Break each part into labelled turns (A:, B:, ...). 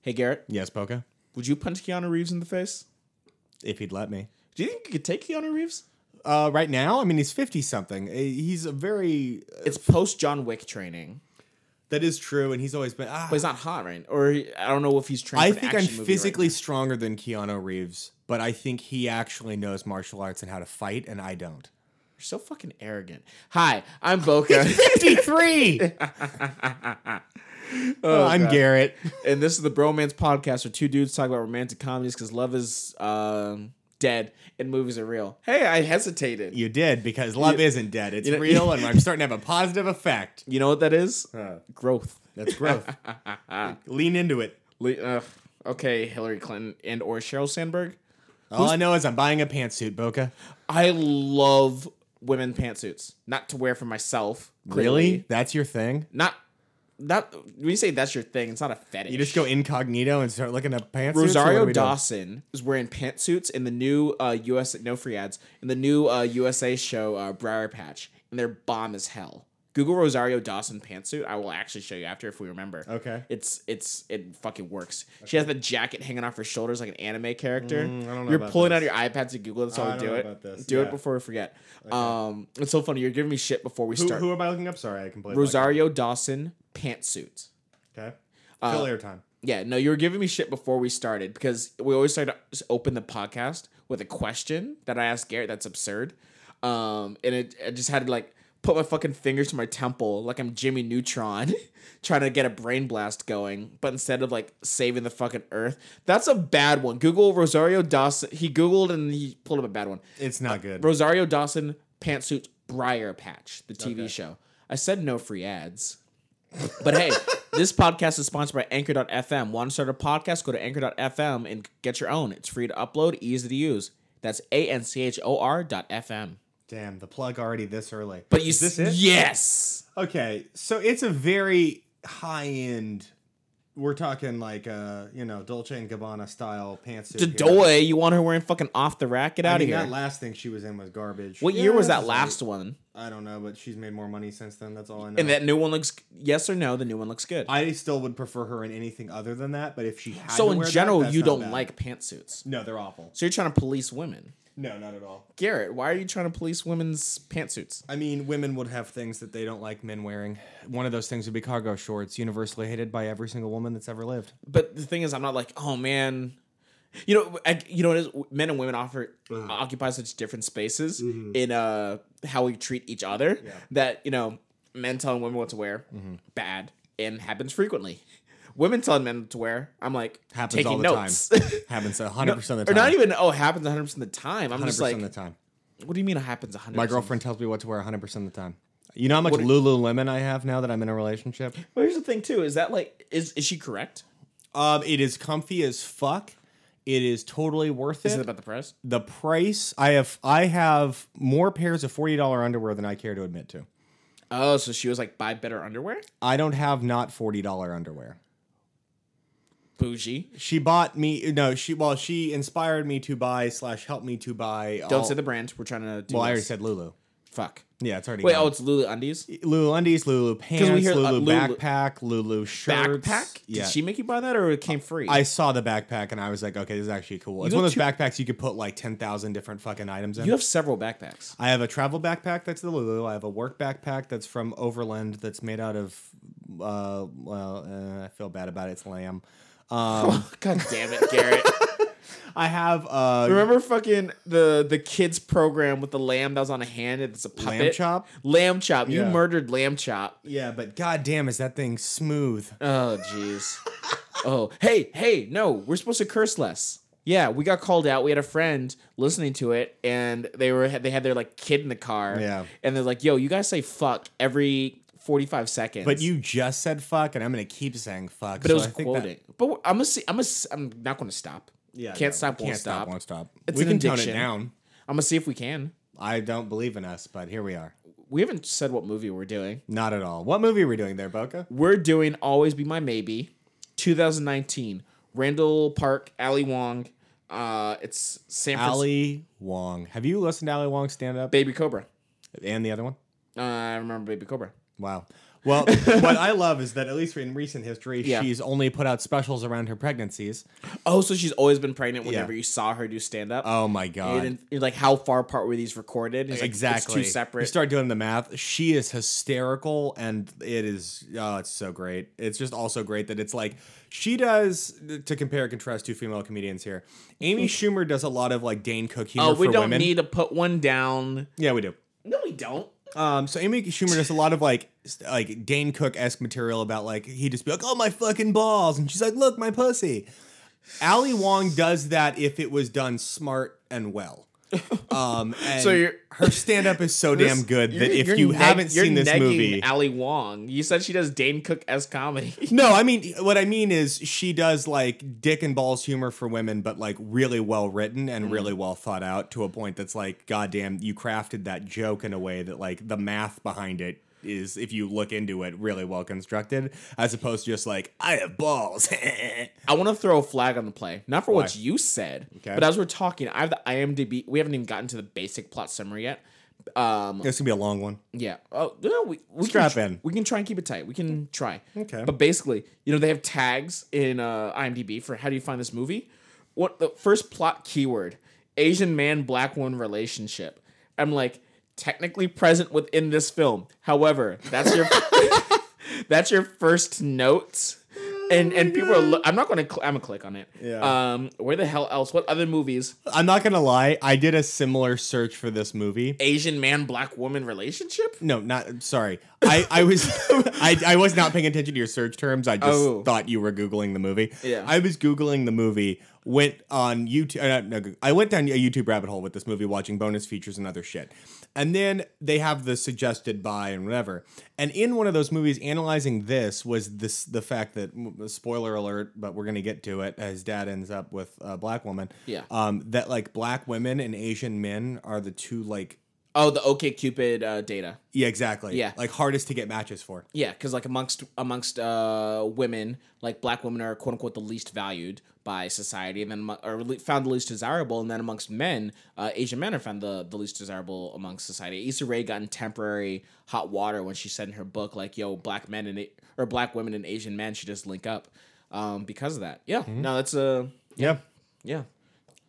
A: Hey Garrett,
B: Yes, Poca.
A: would you punch Keanu Reeves in the face?
B: If he'd let me.
A: Do you think you could take Keanu Reeves?
B: Uh, right now, I mean, he's fifty something. He's a very uh,
A: Uh, It's post John Wick training,
B: that is true, and he's always been. Ah,
A: but he's not hot right. Or he- I don't know if he's training.
B: I
A: for an
B: think I'm
A: action movie right
B: physically
A: now.
B: stronger than Keanu Reeves, but I think he actually knows martial arts and how to fight, and I don't.
A: You're so fucking arrogant. Hi, I'm Boca,
B: Fifty-three. Oh, I'm Garrett.
A: and this is the Bromance Podcast, where two dudes talk about romantic comedies because love is um, dead and movies are real. Hey, I hesitated.
B: You did because love isn't dead. It's
A: know-
B: real, and I'm starting to have a positive effect.
A: You know what that is?
B: Huh.
A: Growth.
B: That's growth. Lean into it.
A: Le- uh, okay, Hillary Clinton and or Sheryl Sandberg.
B: All I know is I'm buying a pantsuit, Boca.
A: I love women pantsuits. Not to wear for myself. clearly.
B: That's your thing?
A: Not not when you say that's your thing, it's not a fetish.
B: You just go incognito and start looking up pantsuits? or what
A: Rosario
B: do we do?
A: Dawson is wearing pantsuits in the new uh, US no free ads in the new uh, USA show uh, Briar Patch, and they're bomb as hell. Google Rosario Dawson pantsuit. I will actually show you after if we remember.
B: Okay.
A: It's it's it fucking works. She has the jacket hanging off her shoulders like an anime character.
B: Mm, I don't know
A: You're
B: about
A: pulling
B: this.
A: out your iPad to Google this. So
B: I
A: I
B: don't
A: do
B: know
A: it.
B: about this,
A: Do
B: yeah.
A: it before we forget. Um, it's so funny. You're giving me shit before we
B: Who,
A: start.
B: who am I looking up? Sorry, I completely.
A: Rosario Dawson pantsuit.
B: Okay.
A: uh,
B: Fill airtime.
A: Yeah, no, you were giving me shit before we started because we always try to s- open the podcast with a question that I asked Garrett that's absurd. Um, and it, I just had to like put my fucking fingers to my temple like I'm Jimmy Neutron trying to get a brain blast going, but instead of like saving the fucking earth, that's a bad one. Google Rosario Dawson. He Googled and he pulled up a bad one.
B: It's not good.
A: Rosario Dawson pantsuit Briar Patch, the TV show. I said no free ads. But hey, this podcast is sponsored by Anchor.fm. Want to start a podcast? Go to Anchor.fm and get your own. It's free to upload, easy to use. That's A N C H O R dot FM.
B: Damn, the plug already this early.
A: But you
B: Is this
A: s-
B: it?
A: Yes.
B: Okay, so it's a very high end. We're talking like uh, you know, Dolce and Gabbana style pantsuit. here.
A: Dadoy, you want her wearing fucking off the rack? Get
B: I
A: out
B: mean,
A: of
B: that
A: here.
B: last thing she was in was garbage.
A: What year was
B: Yeah,
A: that
B: that's
A: last one?
B: right. I don't know, but she's made more money since then. That's all I know.
A: And that new one looks yes or no, the new one looks good.
B: I still would prefer her in anything other than that. But if she had
A: so
B: to
A: in
B: wear that,
A: general,
B: that's
A: you
B: not
A: don't
B: bad.
A: like pantsuits.
B: No, they're awful.
A: So you're trying to police women.
B: No, not at all.
A: Garrett, why are you trying to police women's pantsuits?
B: I mean, women would have things that they don't like men wearing. One of those things would be cargo shorts, universally hated by every single woman that's ever lived.
A: But the thing is, I'm not like, oh man, you know, I, you know, what it is? men and women offer
B: Uh-huh.
A: occupy such different spaces
B: Mm-hmm.
A: in uh how we treat each other that you know, men telling women what to wear,
B: Mm-hmm.
A: bad, and happens frequently. Women telling men what to wear, I'm like
B: Happens
A: taking
B: all the
A: notes.
B: time. Happens 100% of the time.
A: or not even oh it happens 100 percent of the time. I'm
B: 100%
A: just like,
B: of the time.
A: what do you mean it happens 100?
B: My girlfriend tells me what to wear 100% of the time. You know how much Lululemon I have now that I'm in a relationship?
A: Well, here's the thing too. Is that like is is she correct?
B: Um, it is comfy as fuck. It is totally worth
A: Is it
B: it.
A: about the price?
B: the price, I have I have more pairs of $40 underwear than I care to admit to.
A: Oh, so she was like, buy better underwear.
B: I don't have not $40 underwear.
A: Bougie.
B: She bought me no, she well, she inspired me to buy slash helped me to buy
A: Don't
B: all-
A: say the brand. We're trying to do.
B: Oh. Well, I already
A: this.
B: said Lulu.
A: fuck.
B: Yeah, it's already
A: Wait,
B: gone.
A: oh, it's Lulu undies.
B: Lulu undies, Lulu pants,
A: hear, uh,
B: Lulu,
A: Lulu-
B: backpack, Lulu shirts.
A: Backpack?
B: Yeah. Uh,
A: Did she make you buy that, or it came free?
B: I saw the backpack and I was like, okay, this is actually cool. it's
A: go
B: one of those
A: to-
B: backpacks you could put like 10,000 different fucking items in.
A: you have several backpacks.
B: I have a travel backpack that's the Lulu. I have a work backpack that's from Overland that's made out of, uh, well, uh, I feel bad about it. It's lamb. Um,
A: God damn it, Garrett!
B: I have uh,
A: Remember fucking the the kids program with the lamb that was on a hand and it's a puppet.
B: lamb chop.
A: Lamb chop. You
B: Yeah.
A: murdered lamb chop.
B: Yeah, but goddamn, is that thing smooth?
A: Oh jeez. oh hey hey no, we're supposed to curse less. Yeah, we got called out. We had a friend listening to it, and they were they had their like kid in the car.
B: Yeah.
A: and they're like, "Yo, you guys say fuck every forty five seconds."
B: But you just said fuck, and I'm gonna keep saying fuck.
A: But it was quoting. But I'm gonna see. I'm gonna. I'm not gonna stop.
B: yeah,
A: can't
B: no,
A: stop.
B: Can't
A: Won't
B: stop.
A: stop.
B: Won't stop.
A: It's
B: we
A: an
B: can
A: addiction.
B: tone it down.
A: I'm gonna see if we can.
B: I don't believe in us, but here we are.
A: We haven't said what movie we're doing.
B: Not at all. What movie are we doing there, Boca?
A: We're doing "Always Be My Maybe," 2019. Randall Park, Ali Wong. Uh, it's San Francisco.
B: Ali Wong. Have you listened to Ali Wong's stand up
A: Baby Cobra.
B: and the other one?
A: Uh, I remember Baby Cobra.
B: Wow. Well, what I love is that at least in recent history,
A: Yeah.
B: she's only put out specials around her pregnancies.
A: Oh, so she's always been pregnant whenever
B: Yeah.
A: you saw her do stand up.
B: Oh my
A: and
B: god!
A: then, you're like, how far apart were these recorded? It's like,
B: exactly.
A: It's two separate.
B: You start doing the math. She is hysterical, and it is. Oh, it's so great. It's just also great that it's like she does. To compare and contrast two female comedians here, Amy Schumer does a lot of like Dane Cook humor
A: Mm-hmm. oh, we
B: for
A: don't
B: women.
A: need to put one down.
B: yeah, we do.
A: No, we don't.
B: Um, so Amy Schumer does a lot of like s- like Dane Cook esque material about like he just be like, oh my fucking balls, and she's like, look my pussy. Ali Wong does that if it was done smart and well. Um, and
A: So you're-
B: her stand up is so damn good
A: You're-
B: that if
A: you're
B: you
A: neg-
B: haven't
A: you're
B: seen this
A: negging
B: movie,
A: Ali Wong. You said she does Dane Cook as comedy.
B: no, I mean what I mean is she does like dick and balls humor for women, but like really well written and really well thought out to a point that's like, goddamn, you crafted that joke in a way that like the math behind it is, if you look into it, really well constructed, as opposed to just like I have balls.
A: I want to throw a flag on the play, not for what
B: Why?
A: you said,
B: Okay.
A: but as we're talking, I have the IMDb. We haven't even gotten to the basic plot summary yet. Um,
B: this gonna be a long one.
A: yeah. Oh, no, we, we
B: Strap
A: can, tr-
B: in.
A: We can try and keep it tight. We can try.
B: Okay.
A: But basically, you know, they have tags in uh, IMDb for how do you find this movie? What the first plot keyword? Asian man, black woman relationship. I'm like technically present within this film. However, that's your that's your first note. And and people are. Lo- I'm not gonna. Cl- I'm gonna click on it.
B: Yeah.
A: Um. Where the hell else? What other movies?
B: I'm not gonna lie, I did a similar search for this movie.
A: Asian man, black woman relationship.
B: No, not sorry. I, I was I, I was not paying attention to your search terms. I just
A: Oh.
B: thought you were googling the movie.
A: Yeah.
B: I was googling the movie. Went on YouTube. Uh, no, no, I went down a YouTube rabbit hole with this movie, watching bonus features and other shit. And then they have the suggested by and whatever. And in one of those movies, analyzing this was this the fact that m- spoiler alert, but we're gonna get to it. His dad ends up with a black woman.
A: Yeah.
B: Um, that like black women and Asian men are the two like
A: Oh, the OK Cupid uh, data.
B: yeah exactly
A: Yeah.
B: like hardest to get matches for.
A: Yeah, because like amongst amongst uh, women, like black women are quote unquote the least valued by society, and then amo- or le- found the least desirable, and then amongst men, uh, Asian men are found the, the least desirable amongst society. Issa Rae got in temporary hot water when she said in her book, like, "Yo, black men and A- or black women and Asian men should just link up," um, because of that. Yeah, no, that's uh, a
B: Yeah.
A: yeah,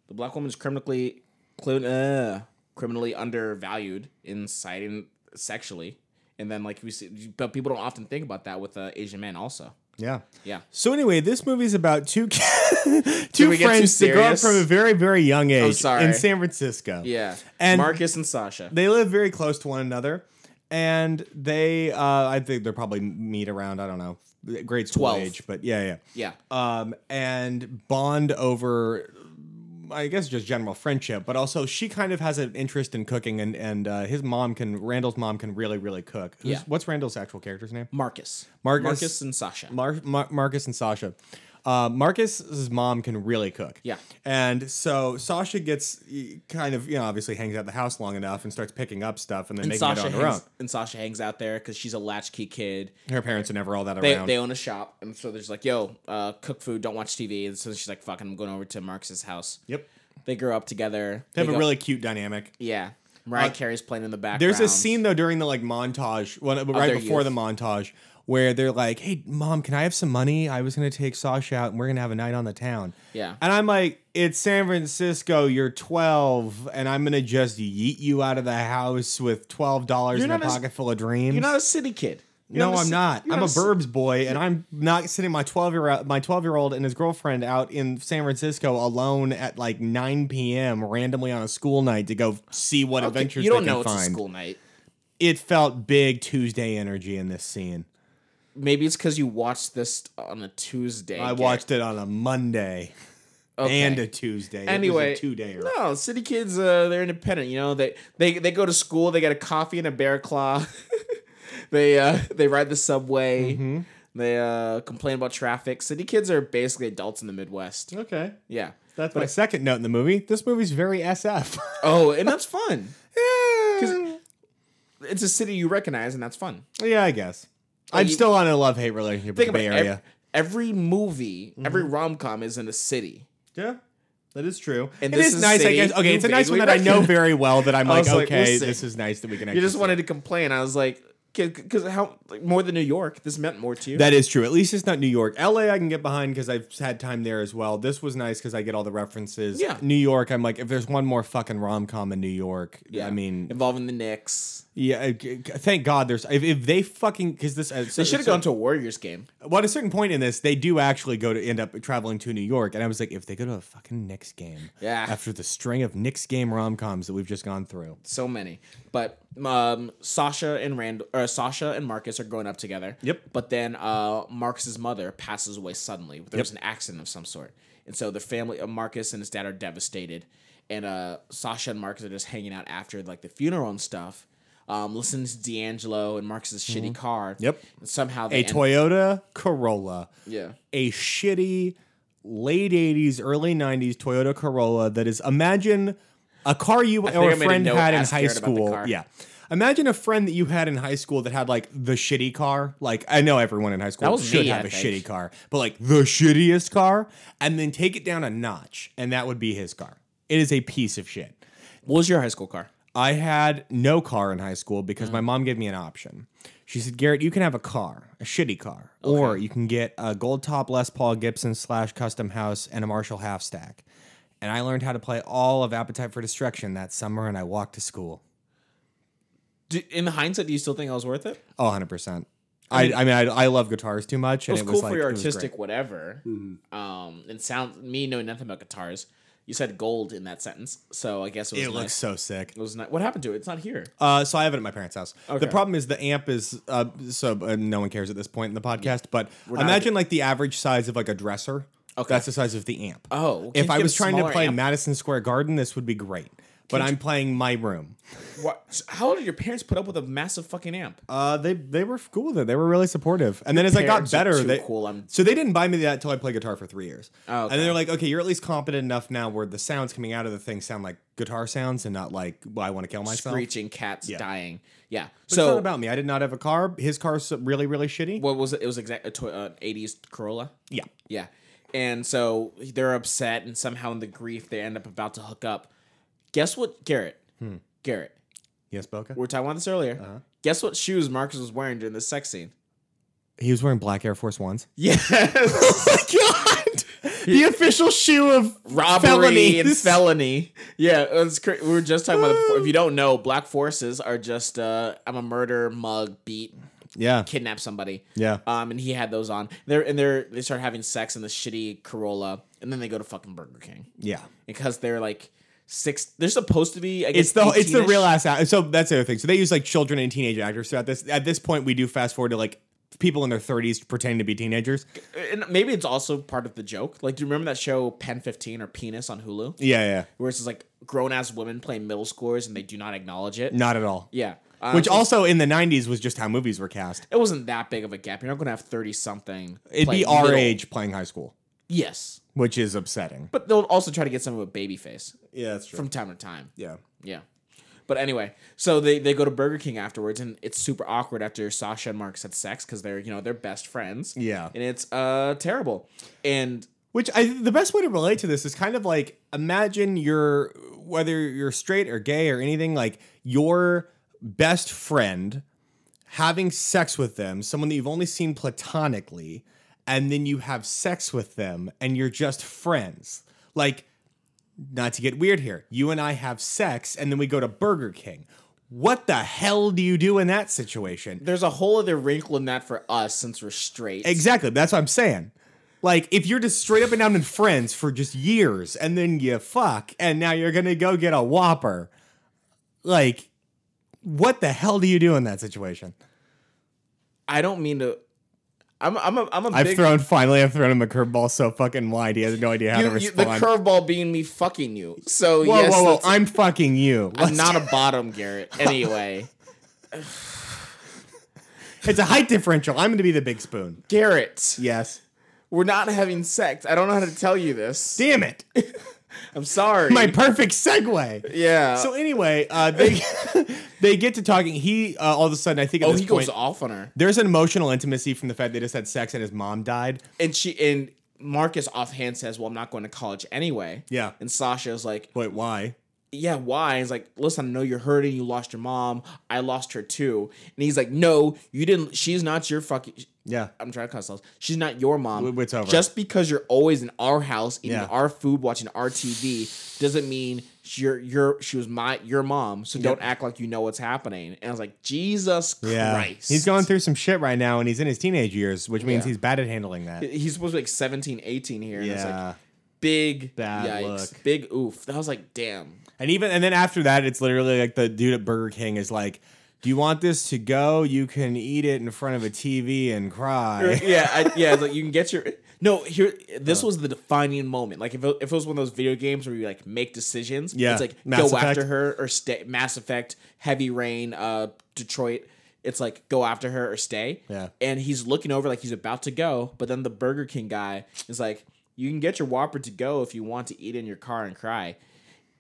A: the black woman is criminally cli- uh, criminally undervalued in society and sexually, and then like we see, but people don't often think about that with uh, Asian men also.
B: Yeah.
A: Yeah.
B: So anyway, this movie's about two
A: we
B: two
A: get too
B: friends that grow up
A: serious?
B: from a very very young age
A: sorry.
B: in San Francisco.
A: Yeah,
B: And-
A: Marcus and Sasha.
B: They live very close to one another, and they uh, I think they're probably meet around I don't know grade school
A: 12.
B: age, but yeah, yeah.
A: yeah,
B: um, and bond over, I guess, just general friendship. But also, she kind of has an interest in cooking, and and uh, his mom can Randall's mom can really really cook. Who's-
A: Yeah.
B: What's Randall's actual character's name?
A: Marcus.
B: Marcus-
A: Marcus and Sasha.
B: Mar- Mar- Marcus and Sasha. Uh, Marcus's mom can really cook.
A: Yeah.
B: And so Sasha gets y- kind of, you know, obviously hangs out the house long enough and starts picking up stuff and then
A: and
B: making
A: Sasha
B: it on her own.
A: hangs, and Sasha hangs out there because she's a latchkey kid.
B: Her parents are never all that
A: They,
B: around.
A: they own a shop, and so they're just like, "Yo, uh, cook food, don't watch TV." And so she's like, "Fuck, it, I'm going over to Marcus's house."
B: yep.
A: They grow up together.
B: They have a
A: go-
B: really cute dynamic.
A: yeah. Mariah
B: Uh,
A: Carey's playing in the background.
B: There's a scene though during the like montage, well, right
A: their
B: before
A: youth.
B: the montage, where they're like, "Hey, mom, can I have some money? I was gonna take Sasha out and we're gonna have a night on the town."
A: Yeah.
B: And I'm like, "It's San Francisco. You're 12, and I'm gonna just yeet you out of the house with twelve dollars
A: You're
B: in a
A: not a-
B: pocket full of dreams."
A: You're not a city kid. You're
B: no,
A: a
B: I'm
A: ci-
B: not.
A: you're
B: I'm a
A: ci-
B: Burbs boy, and I'm not sitting my twelve year my twelve year old and his girlfriend out in San Francisco alone at like 9 p.m. randomly on a school night to go see what
A: Okay,
B: adventures
A: You don't
B: they can
A: know it's
B: find
A: a school night.
B: it felt big Tuesday energy in this scene.
A: Maybe it's because you watched this on a Tuesday.
B: I
A: Garrett.
B: watched it on a Monday
A: Okay.
B: and a Tuesday.
A: Anyway,
B: two day.
A: No, city kids, uh, they're independent. You know, they, they they go to school. They get a coffee and a bear claw. they uh, they ride the subway.
B: Mm-hmm.
A: They uh, complain about traffic. City kids are basically adults in the Midwest.
B: Okay,
A: Yeah.
B: that's my second note in the movie. This movie's very SF.
A: Oh, and that's fun. Oh. It's a city you recognize, and that's fun.
B: yeah, I guess. I'm
A: you-
B: still on a love hate relationship with
A: Think
B: the
A: about
B: Bay
A: it.
B: Area. Mm-hmm.
A: Ev- Every, movie, every rom com is in a city.
B: yeah, that is true.
A: And
B: it
A: this
B: is
A: is
B: nice, I
A: city
B: guess. Okay,
A: you
B: it's a nice one
A: vaguely
B: that I know
A: recognize.
B: very well. That I'm like,
A: was like, we'll
B: okay,
A: see.
B: this is nice that we can.
A: You just wanted to complain. I was like, because how like, more than New York, this meant more to you.
B: That is true. At least it's not New York. LA, I can get behind because I've had time there as well. This was nice because I get all the references.
A: Yeah.
B: New York, I'm like, if there's one more fucking rom com in New York, I mean,
A: involving the Knicks,
B: yeah. I- g- g- Thank God there's. If, if they fucking because this,
A: they should have gone to a Warriors game.
B: Well, at a certain point in this, they do actually go to end up traveling to New York, and I was like, if they go to a fucking Knicks game,
A: Yeah.
B: After the string of Knicks game rom coms that we've just gone through,
A: So many, but um, Sasha and Rand or Sasha and Marcus are growing up together.
B: Yep.
A: But then uh, Marcus's mother passes away suddenly. There was an accident of some sort, and so the family, uh, Marcus and his dad, are devastated. And uh, Sasha and Marcus are just hanging out after like the funeral and stuff. Um, listening to D'Angelo and Marcus's shitty car.
B: Yep.
A: And somehow
B: a
A: they end-
B: Toyota Corolla,
A: Yeah.
B: a shitty late '80s, early '90s Toyota Corolla that is imagine a car you
A: think
B: or a
A: I made a
B: friend
A: note
B: had in
A: ask
B: high
A: Garrett about the
B: school,
A: car.
B: yeah. Imagine a friend that you had in high school that had like the shitty car. Like I know everyone in high school
A: That was
B: should
A: me,
B: have
A: I
B: a
A: think.
B: shitty car, but like the shittiest car, and then take it down a notch, and that would be his car. It is a piece of shit.
A: What was your high school car?
B: I had no car in high school because
A: Mm.
B: my mom gave me an option. She said, Garrett, you can have a car, a shitty car, or you can get a gold top Les Paul Gibson slash custom house and a Marshall half stack. And I learned how to play all of Appetite for Destruction that summer and I walked to school.
A: Do, in hindsight, do you still think I was worth it?
B: Oh, 100%. I, I mean, I, I love guitars too much.
A: It was
B: and
A: cool for
B: like-
A: your
B: it was great. Mm-hmm.
A: artistic whatever. Um, and sound me knowing nothing about guitars. You said gold in that sentence, so I guess it was
B: It
A: nice.
B: looks so sick.
A: it was nice. What happened to it? It's not here.
B: Uh, so I have it at my parents' house.
A: Okay.
B: The problem is the amp is uh, so uh, no one cares at this point in the podcast. But
A: not-
B: imagine like the average size of like a dresser. Okay, that's the size of the amp.
A: Oh, well, can't
B: if
A: you
B: I
A: get
B: was
A: a
B: trying to
A: smaller
B: play
A: amp?
B: Madison Square Garden, this would be great. But I'm playing my room.
A: What? How did your parents put up with a massive fucking amp?
B: Uh, they they were cool with it. They were really supportive. And then as I got
A: parents are
B: better,
A: too
B: they
A: cool. I'm-
B: so they didn't buy me that until I played guitar for three years.
A: Oh, okay.
B: And they're like, okay, you're at least competent enough now where the sounds coming out of the thing sound like guitar sounds and not like well, I want to kill myself.
A: Screeching cats dying. Yeah.
B: But it's
A: so
B: not about me. I did not have a car. His car's really really shitty.
A: what was it? It was exact a toy, uh, 80s Corolla.
B: yeah.
A: Yeah. And so they're upset, and somehow in the grief, they end up about to hook up. Guess what, Garrett?
B: Hmm.
A: Garrett,
B: Yes, Boca.
A: we were talking about this earlier.
B: Uh-huh.
A: Guess what shoes Marcus was wearing during the sex scene?
B: He was wearing black Air Force Ones.
A: Yes.
B: God, the official shoe of
A: Robbery and
B: felonies.
A: felony. Yeah, it was cra- we were just talking about it before. If you don't know, Black Forces are just uh, I'm a murder, mug, beat,
B: Yeah,
A: kidnap somebody.
B: yeah.
A: Um, and he had those on. They're and they're they start having sex in the shitty Corolla, and then they go to fucking Burger King
B: Yeah.
A: because they're like six. They're supposed to be. I guess,
B: It's the it's the
A: 18-ish.
B: real ass. act- So that's the other thing. So they use like children and teenage actors throughout this. At this point, we do fast forward to like people in their thirties pretending to be teenagers.
A: And maybe it's also part of the joke. Like, do you remember that show Pen Fifteen or Penis on Hulu,
B: Yeah, yeah.
A: where it's just like grown ass women playing middle scores and they do not acknowledge it?
B: Not at all.
A: Yeah. Uh,
B: Which
A: so
B: also in the nineties was just how movies were cast.
A: it wasn't that big of a gap. You're not going to have thirty something.
B: It'd
A: play
B: be our
A: middle-
B: age playing high school,
A: Yes,
B: which is upsetting.
A: but they'll also try to get some of a baby face
B: Yeah, that's true.
A: from time to time.
B: yeah.
A: Yeah. But anyway, so they, they go to Burger King afterwards, and it's super awkward after Sasha and Marcus had sex because they're you know they're best friends.
B: Yeah.
A: and it's uh terrible. And
B: Which I the best way to relate to this is kind of like imagine you're whether you're straight or gay or anything like your best friend having sex with them, someone that you've only seen platonically, and then you have sex with them and you're just friends. Like not to get weird here. You and I have sex and then we go to Burger King. What the hell do you do in that situation?
A: there's a whole other wrinkle in that for us since we're straight.
B: Exactly. That's what I'm saying. Like, if you're just straight up and down in friends for just years and then you fuck and now you're going to go get a whopper, like, what the hell do you do in that situation?
A: I don't mean to. I'm I'm a I'm a
B: I've
A: big
B: thrown, finally, I've thrown him a curveball so fucking wide. He has no idea how
A: you-
B: to
A: you- the
B: respond.
A: curveball being me fucking you. So
B: whoa,
A: yes,
B: whoa, whoa.
A: that's-
B: I'm fucking you.
A: I'm not a bottom, Garrett. Anyway,
B: it's a height differential. I'm going to be the big spoon.
A: Garrett,
B: Yes.
A: we're not having sex. I don't know how to tell you this.
B: Damn it.
A: I'm sorry.
B: My perfect segue.
A: yeah.
B: So anyway, uh, they they get to talking. He uh, all of a sudden, I think at
A: oh,
B: this
A: he
B: point,
A: goes off on her.
B: There's an emotional intimacy from the fact they just had sex and his mom died.
A: and she and Marcus offhand says, "Well, I'm not going to college anyway."
B: Yeah.
A: And Sasha's like,
B: Wait, why?
A: yeah, why? He's like, listen, I know you're hurting. You lost your mom. I lost her too. And he's like, no, you didn't. She's not your fucking.
B: Yeah.
A: I'm trying to cuss. Off. She's not your mom.
B: W- it's over.
A: Just because you're always in our house eating
B: Yeah.
A: our food, watching our TV, doesn't mean you're you're she was my your mom. So don't act like you know what's happening. And I was like, Jesus
B: Yeah.
A: Christ.
B: He's going through some shit right now and he's in his teenage years, which means
A: Yeah.
B: he's bad at handling that.
A: He's supposed to be like 17, 18 here. And it's like
B: Yeah.
A: big
B: Bad
A: yikes,
B: look.
A: big oof. That was like, damn.
B: And even and then after that, it's literally like the dude at Burger King is like, "Do you want this to go? You can eat it in front of a TV and cry."
A: yeah, I, yeah. It's like you can get your no. Here, this was the defining moment. Like if it, if it was one of those video games where you like make decisions,
B: Yeah,
A: it's like
B: Mass
A: go
B: Effect.
A: after her or stay. Mass Effect, Heavy Rain, uh, Detroit. It's like go after her or stay.
B: Yeah.
A: And he's looking over like he's about to go, but then the Burger King guy is like, "You can get your Whopper to go if you want to eat in your car and cry."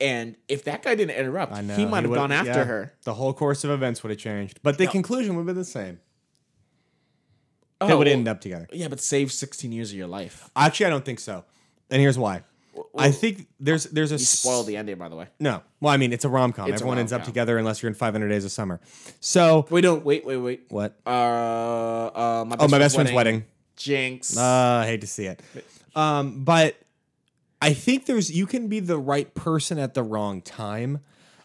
A: And if that guy didn't interrupt,
B: I know,
A: he might have
B: would-
A: gone after
B: yeah.
A: her.
B: The whole course of events would have changed, but the conclusion would have been the same. They
A: Oh,
B: would end up together.
A: Yeah, but save sixteen years of your life.
B: Actually, I don't think so, and here's why. I think there's there's a
A: You spoiled the ending, by the way.
B: no. Well, I mean, it's a rom com.
A: a
B: Everyone ends up
A: rom-com.
B: together unless you're in 500 Days of Summer. So
A: Wait, don't wait, wait, wait.
B: what?
A: Uh, uh, my best
B: Oh, my best friend's wedding.
A: Jinx.
B: Uh, I hate to see it. Um, but I think there's you can be the right person at the wrong time.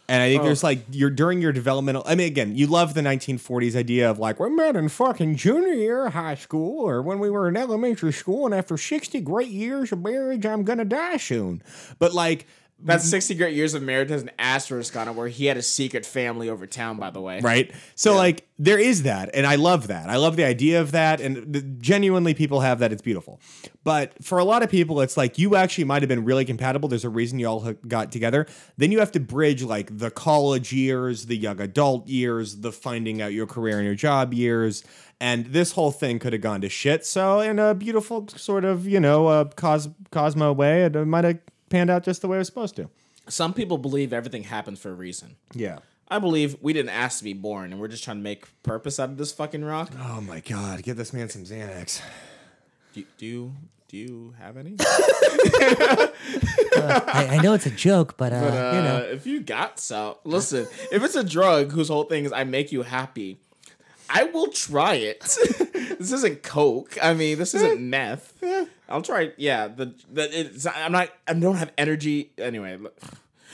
B: And I think there's like you're during your developmental. I mean, again, you love the 1940s idea of like we met in fucking junior year of high school or when we were in elementary school, and after 60 great years of marriage, I'm gonna die soon. But like,
A: That's 60 Great Years of Marriage has an asterisk on it where he had a secret family over town, by the way.
B: right? So like there is that, and I love that. I love the idea of that, and the, genuinely people have that. It's beautiful, but for a lot of people, it's like you actually might have been really compatible. There's a reason you all hook- got together. Then you have to bridge like the college years, the young adult years, the finding out your career and your job years. And this whole thing could have gone to shit. So, in a beautiful sort of, you know, uh, cos- Cosmo way, it might have panned out just the way it was supposed to.
A: Some people believe everything happens for a reason.
B: Yeah.
A: I believe we didn't ask to be born and we're just trying to make purpose out of this fucking rock.
B: Oh my God. Give this man some Xanax.
A: Do, do you do you have any?
C: I, I know it's a joke, but, uh, you know.
A: Uh, if you got so, listen. If it's a drug whose whole thing is I make you happy, I will try it. this isn't coke. I mean, this
B: Eh.
A: isn't meth. I'll try. Yeah, the the it's. I'm not. I don't have energy anyway. look,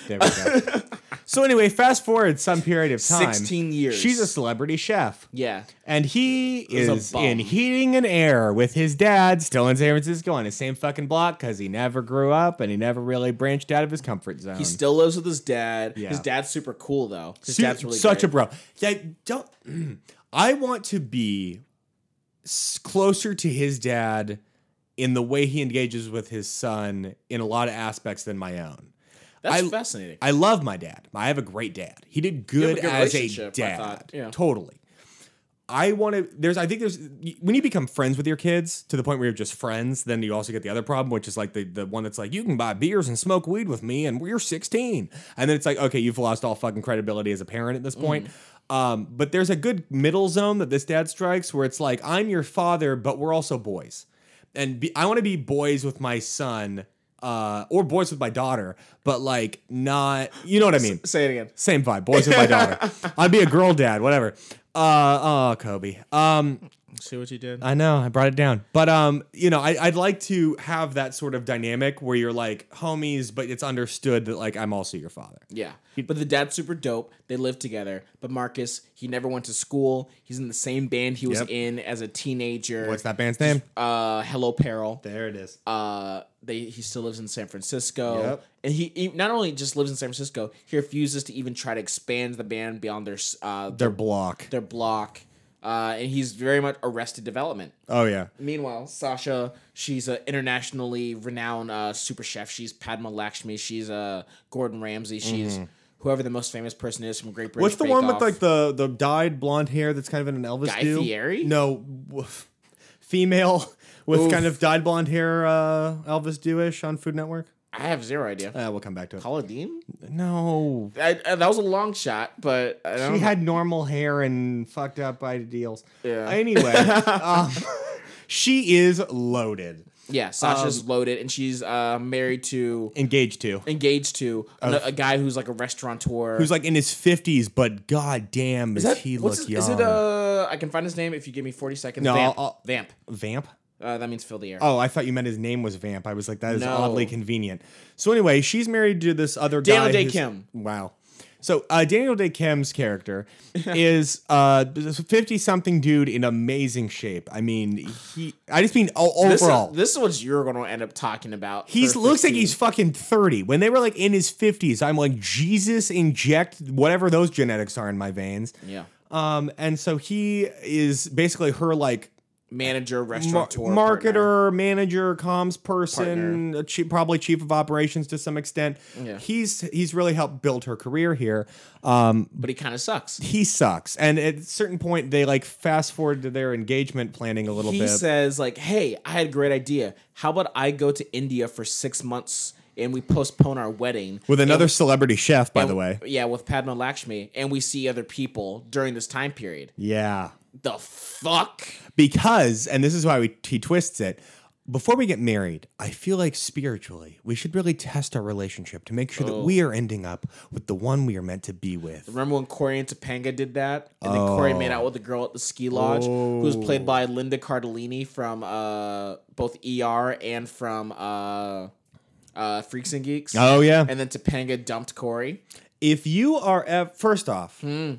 B: There we go. so anyway, fast forward some period of time.
A: 16 years.
B: She's a celebrity chef.
A: Yeah,
B: And he
A: a
B: is
A: bum.
B: in heating and air with his dad, still in San Francisco, on his same fucking block because he never grew up and he never really branched out of his comfort zone.
A: he still lives with his dad. His
B: Um, Yeah.
A: dad's super cool though. His
B: Su-
A: dad's really
B: such a bro. I don't. I want to be s- closer to his dad in the way he engages with his son in a lot of aspects than my own.
A: That's
B: I-
A: fascinating.
B: I love my dad. I have a great dad. He did
A: have a
B: good,
A: good
B: as a
A: relationship, I
B: dad.
A: thought. Yeah.
B: Totally. I want to. There's. I think there's. When you become friends with your kids to the point where you're just friends, then you also get the other problem, which is like the the one that's like you can buy beers and smoke weed with me, and we're 16, and then it's like okay, you've lost all fucking credibility as a parent at this point. Um, but there's a good middle zone that this dad strikes where it's like I'm your father, but we're also boys and be, I want to be boys with my son uh, or boys with my daughter, but like not, you know what I mean?
A: Say it again.
B: Same vibe, boys with my daughter. I'd be a girl dad, whatever. Uh, oh, Kobe. Um,
A: See what you did.
B: I know I brought it down, but um, you know, I, I'd like to have that sort of dynamic where you're like homies, but it's understood that like I'm also your father.
A: Yeah. But the dad's super dope. They live together. But Marcus, he never went to school. He's in the same band he was
B: Yep.
A: in as a teenager.
B: What's that band's name?
A: Uh, Hello Peril.
B: There it is.
A: Uh, they he still lives in San Francisco.
B: Yep.
A: And he, he not only just lives in San Francisco, he refuses to even try to expand the band beyond their s- uh
B: Their block.
A: their block. Uh, and he's very much arrested development.
B: Oh yeah.
A: Meanwhile, Sasha, she's an internationally renowned uh, super chef. She's Padma Lakshmi. She's uh, Gordon Ramsay. She's whoever the most famous person is from Great Britain.
B: Mm-hmm. What's the one with like the the dyed blonde hair that's kind of in an Elvis
A: Guy
B: do?
A: Fieri?
B: No, woof. female with
A: Oof.
B: kind of dyed blonde hair, uh, Elvis Dewish on Food Network.
A: I have zero idea.
B: Uh, we'll come back to it.
A: Paula Dean?
B: No,
A: I, I- that was a long shot, but I don't
B: she had normal hair and fucked up ideals.
A: Yeah.
B: Anyway, um, she is loaded,
A: Yeah, Sasha's
B: Um,
A: loaded, and she's uh, married to,
B: engaged to,
A: engaged to a, a guy who's like a restaurateur.
B: who's like in his fifties, but goddamn, does
A: that-
B: he look
A: what's his-
B: young?
A: Is it uh? I can find his name if you give me forty seconds.
B: No,
A: Vamp.
B: I'll- I'll-
A: Vamp.
B: Vamp?
A: Uh, that means fill the air.
B: Oh, I thought you meant his name was Vamp. I was like, that is
A: No.
B: oddly convenient. So anyway, she's married to this other
A: Daniel
B: guy.
A: Day
B: who's-
A: Kim.
B: Wow. So uh, Daniel Day Kim's character is uh, this fifty-something dude in amazing shape. I mean, he. I just mean o-
A: this is,
B: overall.
A: this is what you're gonna end up talking about.
B: he
A: for
B: looks like
A: 15.
B: he's fucking 30. When they were like in his 50s, I'm like, Jesus, inject whatever those genetics are in my veins.
A: yeah
B: Um, and so he is basically her like
A: manager
B: mar-
A: restaurateur
B: marketer,
A: partner.
B: manager, comms person, a chi- probably chief of operations to some extent.
A: Yeah.
B: He's he's really helped build her career here. Um,
A: but he kind of sucks.
B: he sucks, and at a certain point, they like fast forward to their engagement planning a little
A: He
B: bit.
A: says like, "Hey, I had a great idea. How about I go to India for six months and we postpone our wedding
B: with
A: and
B: another celebrity chef, by the way.
A: Yeah, with Padma Lakshmi, and we see other people during this time period.
B: Yeah.
A: The fuck?
B: because and this is why we, he twists it before we get married i feel like spiritually we should really test our relationship to make sure that we
A: Oh.
B: are ending up with the one we are meant to be with
A: Remember when Corey and Topanga did that, and then Corey made
B: Oh.
A: out with the girl at the ski lodge, who was played by Linda Cardellini from uh, both ER and from uh, uh, Freaks and Geeks.
B: oh yeah
A: And then Topanga dumped Corey.
B: if you are ev- first off
A: Hmm.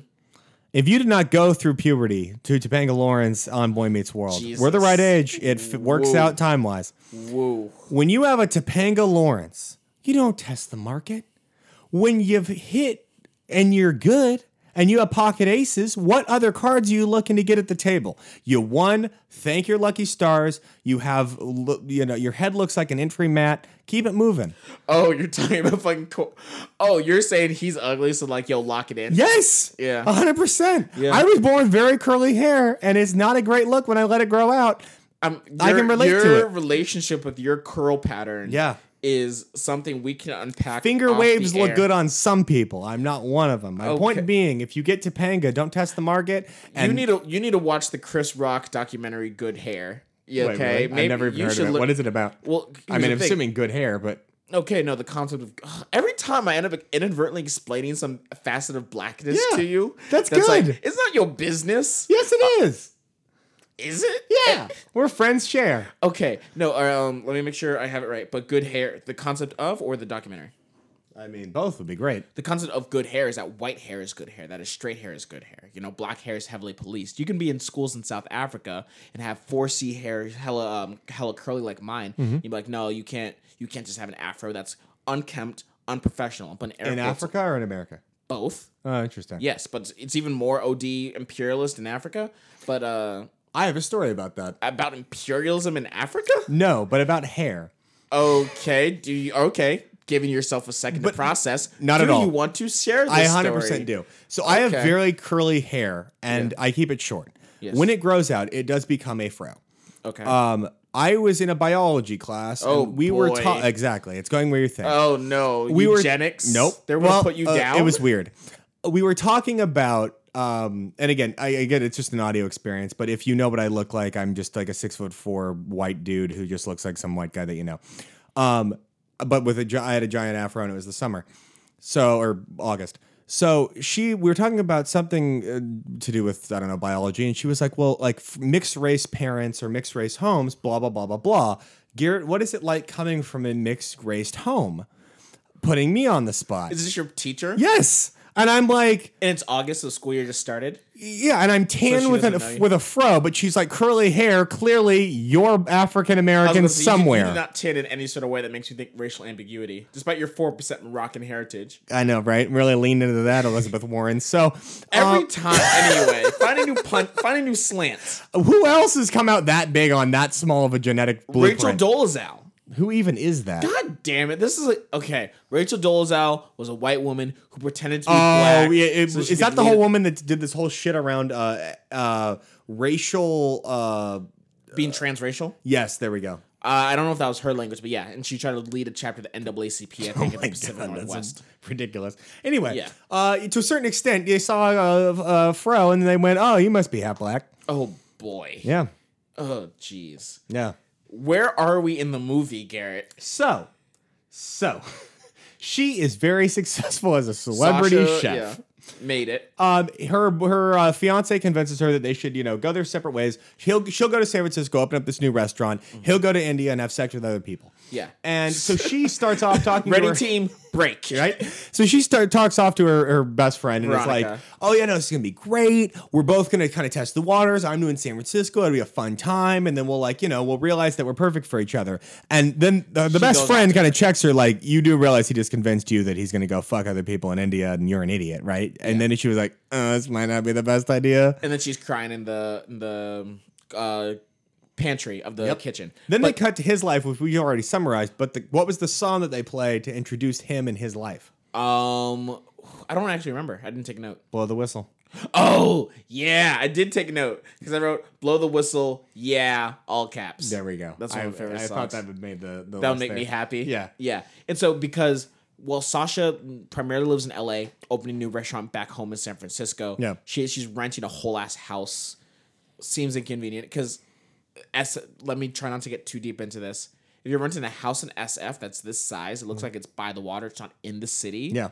B: if you did not go through puberty to topanga lawrence on boy meets world we're the
A: Jesus.
B: right age it f- works
A: Whoa.
B: out time-wise
A: Woo.
B: When you have a Topanga Lawrence, you don't test the market. When you've hit and you're good and you have pocket aces, what other cards are you looking to get at the table? You won, thank your lucky stars. You have, lo- you know, your head looks like an entry mat. Keep it moving.
A: Oh, you're talking about fucking Cor- Oh, you're saying he's ugly, so like, yo, lock it in.
B: Yes.
A: Yeah.
B: 100%.
A: Yeah.
B: I was born with very curly hair and it's not a great look when I let it grow out.
A: Um,
B: I
A: your-
B: can relate to
A: Your
B: it.
A: relationship with your curl pattern
B: Yeah.
A: is something we can unpack.
B: Finger
A: off the
B: waves look
A: air.
B: good on some people. I'm not one of them. My
A: Okay.
B: point being, if you get Topanga, don't test the market. And
A: you need to you need to watch the Chris Rock documentary Good Hair. Yeah,
B: Wait,
A: okay.
B: really? I never even heard of it. what is it about?
A: Well,
B: I mean, I'm assuming good hair, but
A: Okay, no, the concept of ugh, every time I end up inadvertently explaining some facet of blackness
B: Yeah,
A: to you,
B: that's
A: like,
B: good.
A: it's not your business,
B: yes, it is.
A: is it?
B: Yeah, Oh. we're friends. Share.
A: Okay, no, um, let me make sure I have it right. But Good Hair, the concept of or the documentary,
B: I mean, both would be great.
A: the concept of good hair is that white hair is good hair, that is straight hair is good hair. You know, black hair is heavily policed. You can be in schools in South Africa and have 4C hair, hella um, hella curly like mine.
B: Mm-hmm.
A: You'd be like, no, you can't. You can't just have an afro that's unkempt, unprofessional. But in,
B: In Africa or in America?
A: both.
B: Oh, interesting.
A: Yes, but it's- it's even more OD imperialist in Africa. But uh,
B: I have a story about that.
A: about imperialism in Africa?
B: No, but about hair.
A: Okay, do you okay? Giving yourself a second to process.
B: not
A: do
B: at all.
A: you want to share this
B: I 100%
A: story?
B: do. So I have
A: Okay.
B: very curly hair, and I keep it short.
A: Yes.
B: When it grows out, it does become a fro.
A: Okay.
B: Um, I was in a biology class.
A: Oh,
B: and we were
A: boy.
B: taught exactly. It's going where you think.
A: Oh no!
B: we were
A: Eugenics?
B: Nope.
A: They're gonna
B: Well,
A: put you
B: uh,
A: down.
B: It was weird. We were talking about, um, and again, I, I get it's just an audio experience. But if you know what I look like, I'm just like a six foot four white dude who just looks like some white guy that you know. Um, but with a, gi- I had a giant afro, and it was the summer, so or August. So she, we were talking about something uh, to do with I don't know biology, and she was like, "Well, like f- mixed race parents or mixed race homes, blah blah blah blah blah." Garrett, what is it like coming from a mixed raced home? putting me on the spot.
A: Is this your teacher?
B: yes. And I'm like,
A: And it's August. The school year just started.
B: yeah, and I'm tan
A: So she
B: with
A: doesn't know
B: a
A: you.
B: with a fro, but she's like curly hair. Clearly, you're African
A: I was gonna
B: American
A: say, you-
B: somewhere.
A: You, do not tin in any sort of way that makes you think racial ambiguity, despite your four percent Moroccan heritage.
B: I know, right? Really leaned into that, Elizabeth Warren. So,
A: Every
B: um,
A: time, anyway, find a new pun, find a new slant.
B: who else has come out that big on that small of a genetic blueprint?
A: Rachel Dolezal.
B: who even is that?
A: God damn it! This is like okay. Rachel Dolezal was a white woman who pretended to be black.
B: Oh, yeah, it,
A: so she
B: is
A: could
B: that the
A: lead-
B: whole woman that did this whole shit around uh, uh, racial? Uh,
A: being transracial?
B: yes, there we go.
A: Uh, I don't know if that was her language, but yeah. And she tried to lead a chapter of the NAACP. I think in the Pacific
B: Oh God, that's
A: Northwest.
B: ridiculous. Anyway,
A: Yeah.
B: uh, to a certain extent, uh, they saw a, a fro and they went, "Oh, you must be half black."
A: Oh boy.
B: Yeah,
A: oh jeez.
B: Yeah.
A: Where are we in the movie, Garrett?
B: So, so she is very successful as a celebrity
A: Sasha,
B: chef.
A: yeah, made it.
B: Um, her her uh, fiance convinces her that they should, you know, go their separate ways. She'll she'll go to San Francisco, open up this new restaurant. He'll go to India and have sex with other people.
A: Mm-hmm. Yeah.
B: and so she starts off talking. to
A: Ready
B: her,
A: team break.
B: right? So she start talks off to her, her best friend and it's like,
A: Veronica.
B: "Oh yeah, no, this is gonna be great. We're both gonna kind of test the waters. I'm doing San Francisco. It'll be a fun time, and then we'll like, you know, we'll realize that we're perfect for each other." And then the, the best
A: goes
B: friend kind of checks her like, "You do realize he just convinced you that he's gonna go fuck other people in India, and you're an idiot, right?" And then she was like, uh, "This might not be the best idea."
A: And then she's crying in the in the uh, pantry of the kitchen.
B: Then they cut to his life, which we already summarized. But the, what was the song that they played to introduce him and his life?
A: Um, I don't actually remember. I didn't take note.
B: Blow the whistle.
A: Oh yeah, I did take note because I wrote "blow the whistle." Yeah, all caps.
B: There we go.
A: That's one
B: I,
A: of my favorite
B: I
A: songs.
B: thought that would made the, the
A: that would
B: list
A: make me
B: there.
A: happy.
B: Yeah.
A: yeah. And so because well, Sasha primarily lives in L.A., opening a new restaurant back home in San Francisco.
B: Yeah.
A: she she's renting a whole ass house. Seems inconvenient because S. Let me try not to get too deep into this. If you're renting a house in SF that's this size, it looks like it's by the water. It's not in the city.
B: Mm-hmm. Yeah.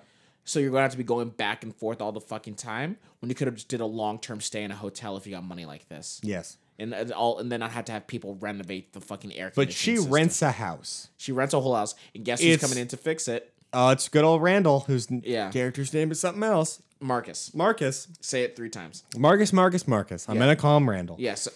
A: So you're gonna have to be going back and forth all the fucking time when you could have just did a long term stay in a hotel if you got money like this.
B: Yes.
A: And and all and then not have to have people renovate the fucking air.
B: But she
A: conditioning system.
B: rents a house.
A: She rents a whole house, and guess who's
B: It's-
A: coming in to fix it?
B: Uh, it's good old Randall, whose n-
A: Yeah.
B: character's name is something else.
A: Marcus.
B: Marcus.
A: Say it three times.
B: Marcus, Marcus, Marcus. I'm
A: Yeah.
B: going to call him Randall.
A: Yes.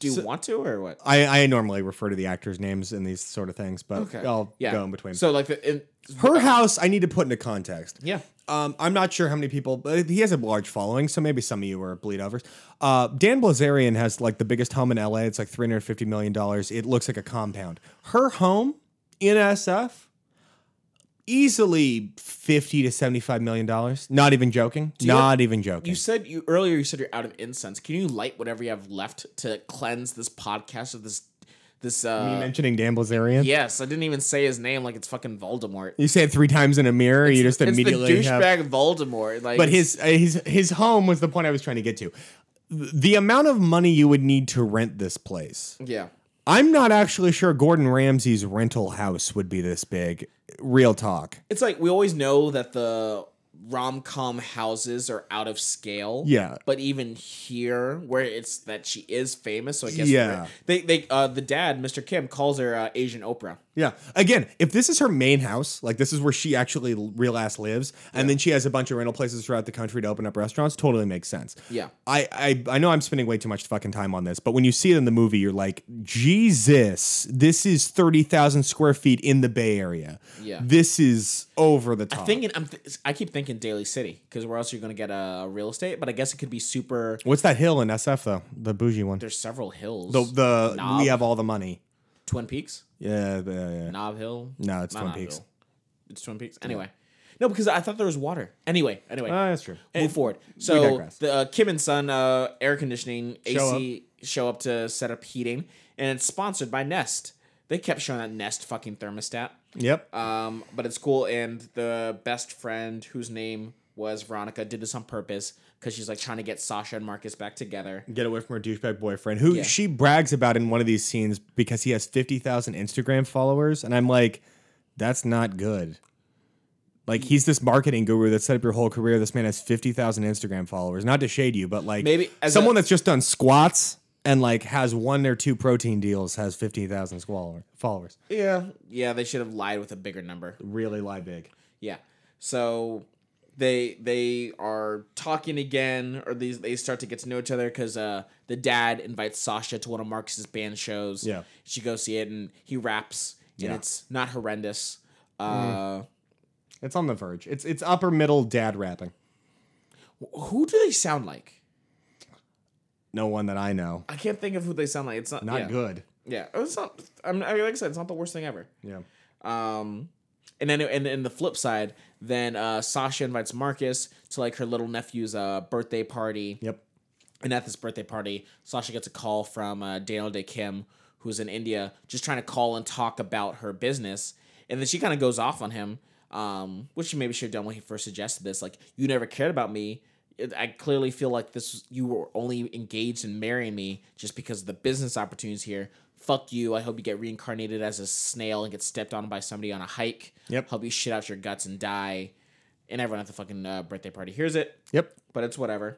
A: do you want to or what?
B: I, I normally refer to the actors' names in these sort of things, but I'll go in between.
A: So uh, like the in,
B: Her house, I need to put into context.
A: yeah.
B: Um, I'm not sure how many people, but he has a large following, so maybe some of you are bleed overs. Uh, Dan Blazarian has like the biggest home in LA. It's like 350 million dollars. It looks like a compound. Her home in SF, easily 50 to 75 million dollars. Not even joking. not even joking.
A: You said you earlier. You said you're out of incense. Can you light whatever you have left to cleanse this podcast of this this? uh
B: mentioning Dan Blazarian.
A: Yes, I didn't even say his name like it's fucking Voldemort.
B: You say it three times in a mirror. You just
A: it's the
B: immediately have-
A: douchebag Voldemort. Like,
B: But his uh, his his home was the point I was trying to get to. Th- The amount of money you would need to rent this place.
A: yeah,
B: I'm not actually sure Gordon Ramsay's rental house would be this big. Real talk.
A: it's like we always know that the rom com houses are out of scale.
B: Yeah.
A: but even here, where it's that she is famous, so I guess
B: Yeah.
A: they they uh, the dad, Mr. Kim, calls her uh, Asian Oprah.
B: Yeah. Again, if this is her main house, like this is where she actually l- real ass lives, and then she has a bunch of rental places throughout the country to open up restaurants, totally makes sense.
A: Yeah.
B: I I, I know I'm spending way too much fucking time on this, but when you see it in the movie, you're like, Jesus, this is thirty thousand square feet in the Bay Area.
A: Yeah.
B: This is over the top.
A: Thinking, I'm th- I keep thinking Daly City because where else are you going to get a real estate? But I guess it could be super.
B: What's that hill in SF though? The bougie one.
A: There's several hills.
B: The, the
A: Knob.
B: we have all the money.
A: Twin Peaks,
B: Yeah, yeah, yeah.
A: Knob Hill.
B: No, it's
A: Not
B: Twin
A: Knob
B: Peaks.
A: Hill. It's Twin Peaks. Anyway, no, because I thought there was water. Anyway, anyway.
B: Ah, that's true.
A: move forward. So
B: digress.
A: the uh, Kim and Son uh, air conditioning
B: Show
A: AC show up to set up heating, and it's sponsored by Nest. They kept showing that Nest fucking thermostat,
B: Yep.
A: um, but it's cool. And the best friend, whose name was Veronica, did this on purpose because she's like trying to get Sasha and Marcus back together.
B: Get away from her douchebag boyfriend, who
A: Yeah.
B: she brags about in one of these scenes because he has 50,000 Instagram followers. And I'm like, that's not good. Like, he's this marketing guru that set up your whole career. This man has 50,000 Instagram followers. Not to shade you, but like,
A: Maybe as
B: someone
A: a-
B: that's just done squats and like has one or two protein deals has 50,000 squalor- followers.
A: Yeah, yeah, they should have lied with a bigger number.
B: Really lie big.
A: Yeah. So they they are talking again, or these they start to get to know each other because uh, the dad invites Sasha to one of Marcus's band shows.
B: Yeah.
A: She goes see it, and he raps, and
B: Yeah. Mm.
A: it's not horrendous. Uh,
B: It's on the verge. It's it's upper middle dad rapping.
A: who do they sound like?
B: No one that I know.
A: I can't think of who they sound like. It's not
B: Not
A: yeah.
B: good.
A: Yeah, it's not. I'm I mean, like I said, it's not the worst thing ever.
B: Yeah.
A: Um, and then and in the flip side, then uh, Sasha invites Marcus to like her little nephew's uh, birthday party.
B: Yep.
A: And at this birthday party, Sasha gets a call from uh, Daniel Day Kim, who's in India, just trying to call and talk about her business. And then she kind of goes off on him, um, which she maybe should have done when he first suggested this. Like, you never cared about me. it, I clearly feel like this. You were only engaged in marrying me just because of the business opportunities here. Fuck you. I hope you get reincarnated as a snail and get stepped on by somebody on a hike.
B: Yep.
A: Hope you shit out your guts and die. And everyone at the fucking uh, birthday party hears it.
B: Yep.
A: But it's whatever.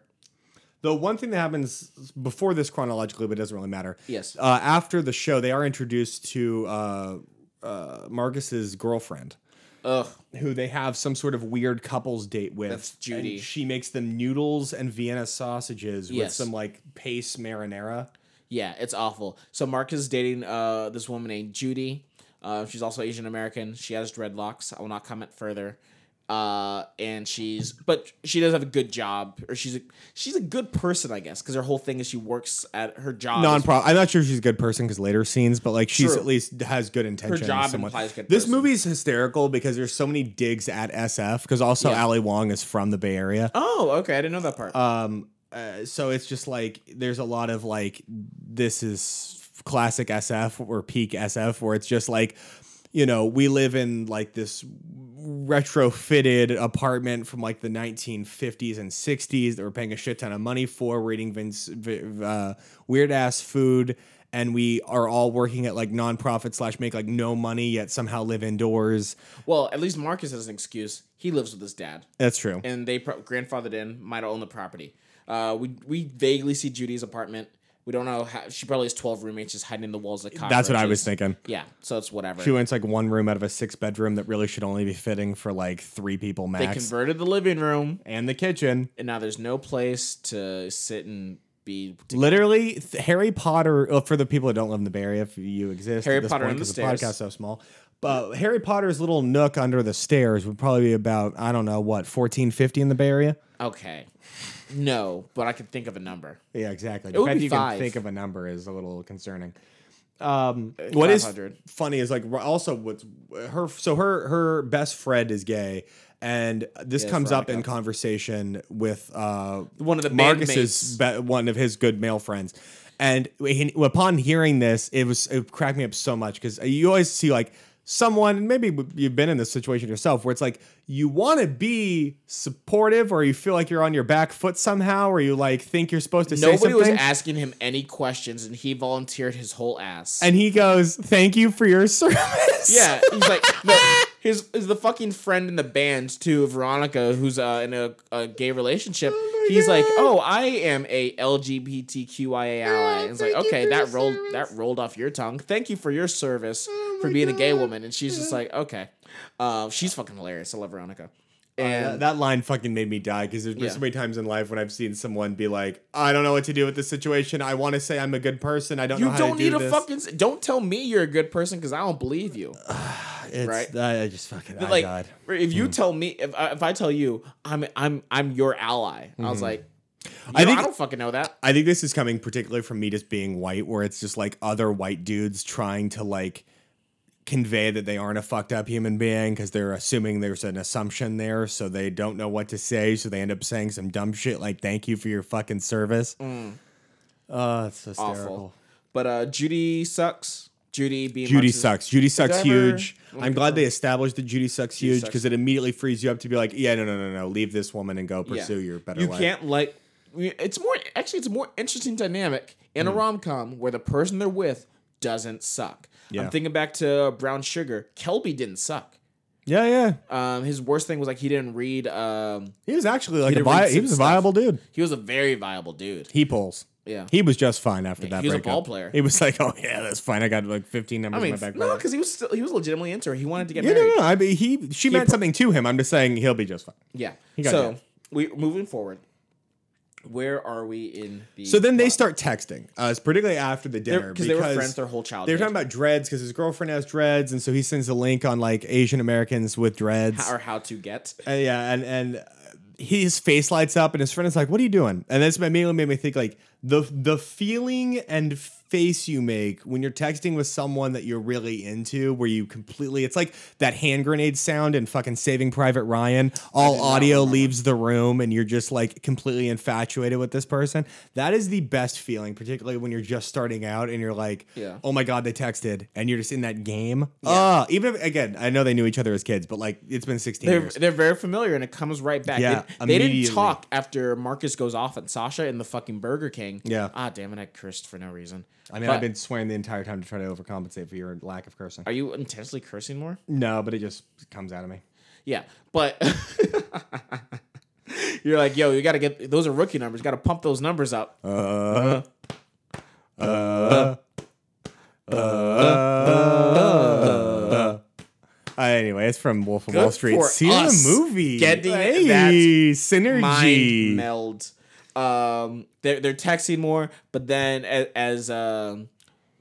B: The one thing that happens before this chronologically, but it doesn't really matter.
A: Yes.
B: Uh, after the show, they are introduced to uh, uh, Marcus's girlfriend,
A: Ugh.
B: who they have some sort of weird couples date with.
A: That's Judy.
B: And she makes them noodles and Vienna sausages with
A: Yes.
B: some like paste marinara.
A: Yeah, it's awful. So Mark is dating uh this woman named Judy. Uh, she's also Asian American. She has dreadlocks. I will not comment further. Uh, and she's but she does have a good job, or she's a she's a good person, I guess, because her whole thing is she works at her job. is-
B: Non-pro. I'm not sure if she's a good person because later scenes, but like she's
A: True.
B: at least has good intentions.
A: job
B: somewhat.
A: implies good
B: This
A: person.
B: movie's hysterical because there's so many digs at SF because also
A: Yeah.
B: Ali Wong is from the Bay Area.
A: Oh, okay. I didn't know that part.
B: Um, uh, so it's just like there's a lot of like this is classic SF or peak SF where it's just like you know we live in like this retrofitted apartment from like the 1950s and 60s that we're paying a shit ton of money for we're eating Vince, v- uh, weird ass food and we are all working at like nonprofit slash make like no money yet somehow live indoors
A: well, at least Marcus has an excuse. He lives with his dad.
B: that's true
A: and they pro- grandfathered in might own the property. Uh, we we vaguely see Judy's apartment. We don't know how she probably has twelve roommates just hiding in the walls like
B: That's what I was
A: cockroaches.
B: thinking.
A: Yeah, so it's whatever.
B: She went to like one room out of a six bedroom that really should only be fitting for like three people
A: they
B: max.
A: converted the living room,
B: and the kitchen.
A: and now there's no place to sit and be. to-
B: Literally, th- Harry Potter. Well, for the people that don't live in the Bay Area, if you exist,
A: Harry
B: at this
A: Potter
B: point,
A: on the
B: 'cause
A: stairs.
B: podcast so small. But Harry Potter's little nook under the stairs would probably be about I don't know what fourteen fifty in the Bay Area.
A: okay, no, but I could think of a number.
B: Yeah, exactly.
A: would
B: the fact
A: be
B: you
A: five.
B: can think of a number is a little concerning. Um, what is
A: 500.
B: funny is like r- also what's her so her her best friend is gay, and this
A: Yeah,
B: comes up in
A: Veronica.
B: conversation with uh
A: One of the
B: Marcus's be- one of his good male friends. And he- upon hearing this, it was it cracked me up so much because you always see like someone, and maybe you've been in this situation yourself, where it's like you want to be supportive, or you feel like you're on your back foot somehow, or you like think you're supposed to say
A: Nobody was
B: something.
A: asking him any questions, and he volunteered his whole ass.
B: and he goes, "Thank you for your service."
A: Yeah, he's like no, his is the fucking friend in the band too, Veronica, who's uh, in a, a gay relationship. he's like, oh, I am a LGBTQIA ally. And it's like,
B: thank you
A: okay,
B: for
A: that
B: your
A: rolled
B: service. Oh
A: that rolled off your tongue. Thank you for your service for being a gay woman. And she's just like, okay, uh, she's fucking hilarious. I love Veronica. And
B: That, that line fucking made me die because there's been
A: Yeah.
B: so many times in life when I've seen someone be like, "I don't know what to do with this situation. I want to say I'm a good person. I don't know
A: you
B: how
A: don't
B: to
A: need
B: do
A: a
B: this."
A: fucking. s- Don't tell me you're a good person because I don't believe you.
B: It's,
A: Right?
B: I I just fucking I
A: like
B: died.
A: if you tell me if I, if I tell you I'm I'm I'm your ally, I was like, I,
B: think-
A: I don't fucking know that.
B: I think this is coming particularly from me just being white, where it's just like other white dudes trying to like convey that they aren't a fucked up human being because they're assuming there's an assumption there, so they don't know what to say, so they end up saying some dumb shit like "thank you for your fucking service." Oh, it's hysterical.
A: Mm. awful. But uh, Judy sucks. Judy being
B: Judy
A: Marx's-
B: sucks. Judy sucks
A: Did I ever-
B: huge. I'm glad they established that Judy sucks huge
A: sucks.
B: because it immediately frees you up to be like, yeah, no, no, no, no, leave this woman and go
A: Yeah.
B: pursue your better
A: You
B: life.
A: can't like. It's more actually. It's a more interesting dynamic in
B: Hmm.
A: a rom com where the person they're with doesn't suck.
B: Yeah.
A: I'm thinking back to Brown Sugar. Kelby didn't suck.
B: Yeah, yeah.
A: Um, his worst thing was like he didn't read. Um,
B: He was actually like a
A: did
B: vi-
A: read
B: he
A: some
B: was a
A: stuff.
B: viable dude.
A: he was a very viable dude.
B: He pulls.
A: Yeah.
B: He was just fine after that.
A: he was a
B: breakup.
A: ball player.
B: He was like, oh yeah, that's fine. I got like 15 numbers
A: I mean,
B: in my back
A: no,
B: pocket.
A: because he was still he was legitimately into her. He wanted to get
B: Yeah,
A: married.
B: no, no. I mean, he she meant
A: pro-
B: something to him. I'm just saying he'll be just fine.
A: Yeah.
B: got
A: So
B: that.
A: we moving forward. Where are we in the?
B: So then they
A: plot?
B: start texting, uh, particularly after the dinner
A: because they were friends their whole childhood.
B: They were talking about dreads because his girlfriend has dreads, and so he sends a link on like Asian Americans with dreads.
A: or how to get.
B: Uh, yeah, and and uh, his face lights up, and his friend is like, "What are you doing?" And this immediately made me think like the the feeling and face you make when you're texting with someone that you're really into, where you completely it's like that hand grenade sound in fucking Saving Private Ryan. All audio leaves the room, and you're just like completely infatuated with this person. That is the best feeling, particularly when you're just starting out and you're like,
A: Yeah.
B: oh my god, they texted, and you're just in that game. Ah, even if again, I know they knew each other as kids, but like it's been 16
A: They're,
B: years.
A: they're very familiar and it comes right back.
B: Yeah,
A: they, they didn't
B: immediately.
A: talk after Marcus goes off at Sasha in the fucking Burger King.
B: Yeah.
A: Ah, damn it, I cursed for no reason.
B: I mean,
A: But
B: I've been swearing the entire time to try to overcompensate for your lack of cursing.
A: Are you intensely cursing more?
B: No, but it just comes out of me.
A: Yeah, but you're like, yo, you got to get those are rookie numbers. Got to pump those numbers up.
B: Oh, Uh, anyway, it's from Wolf of
A: Good
B: Wall Street.
A: for
B: See the
A: us
B: movie.
A: getting
B: hey,
A: that
B: synergy.
A: Mind meld. Um, they're they're texting more, but then as, as um,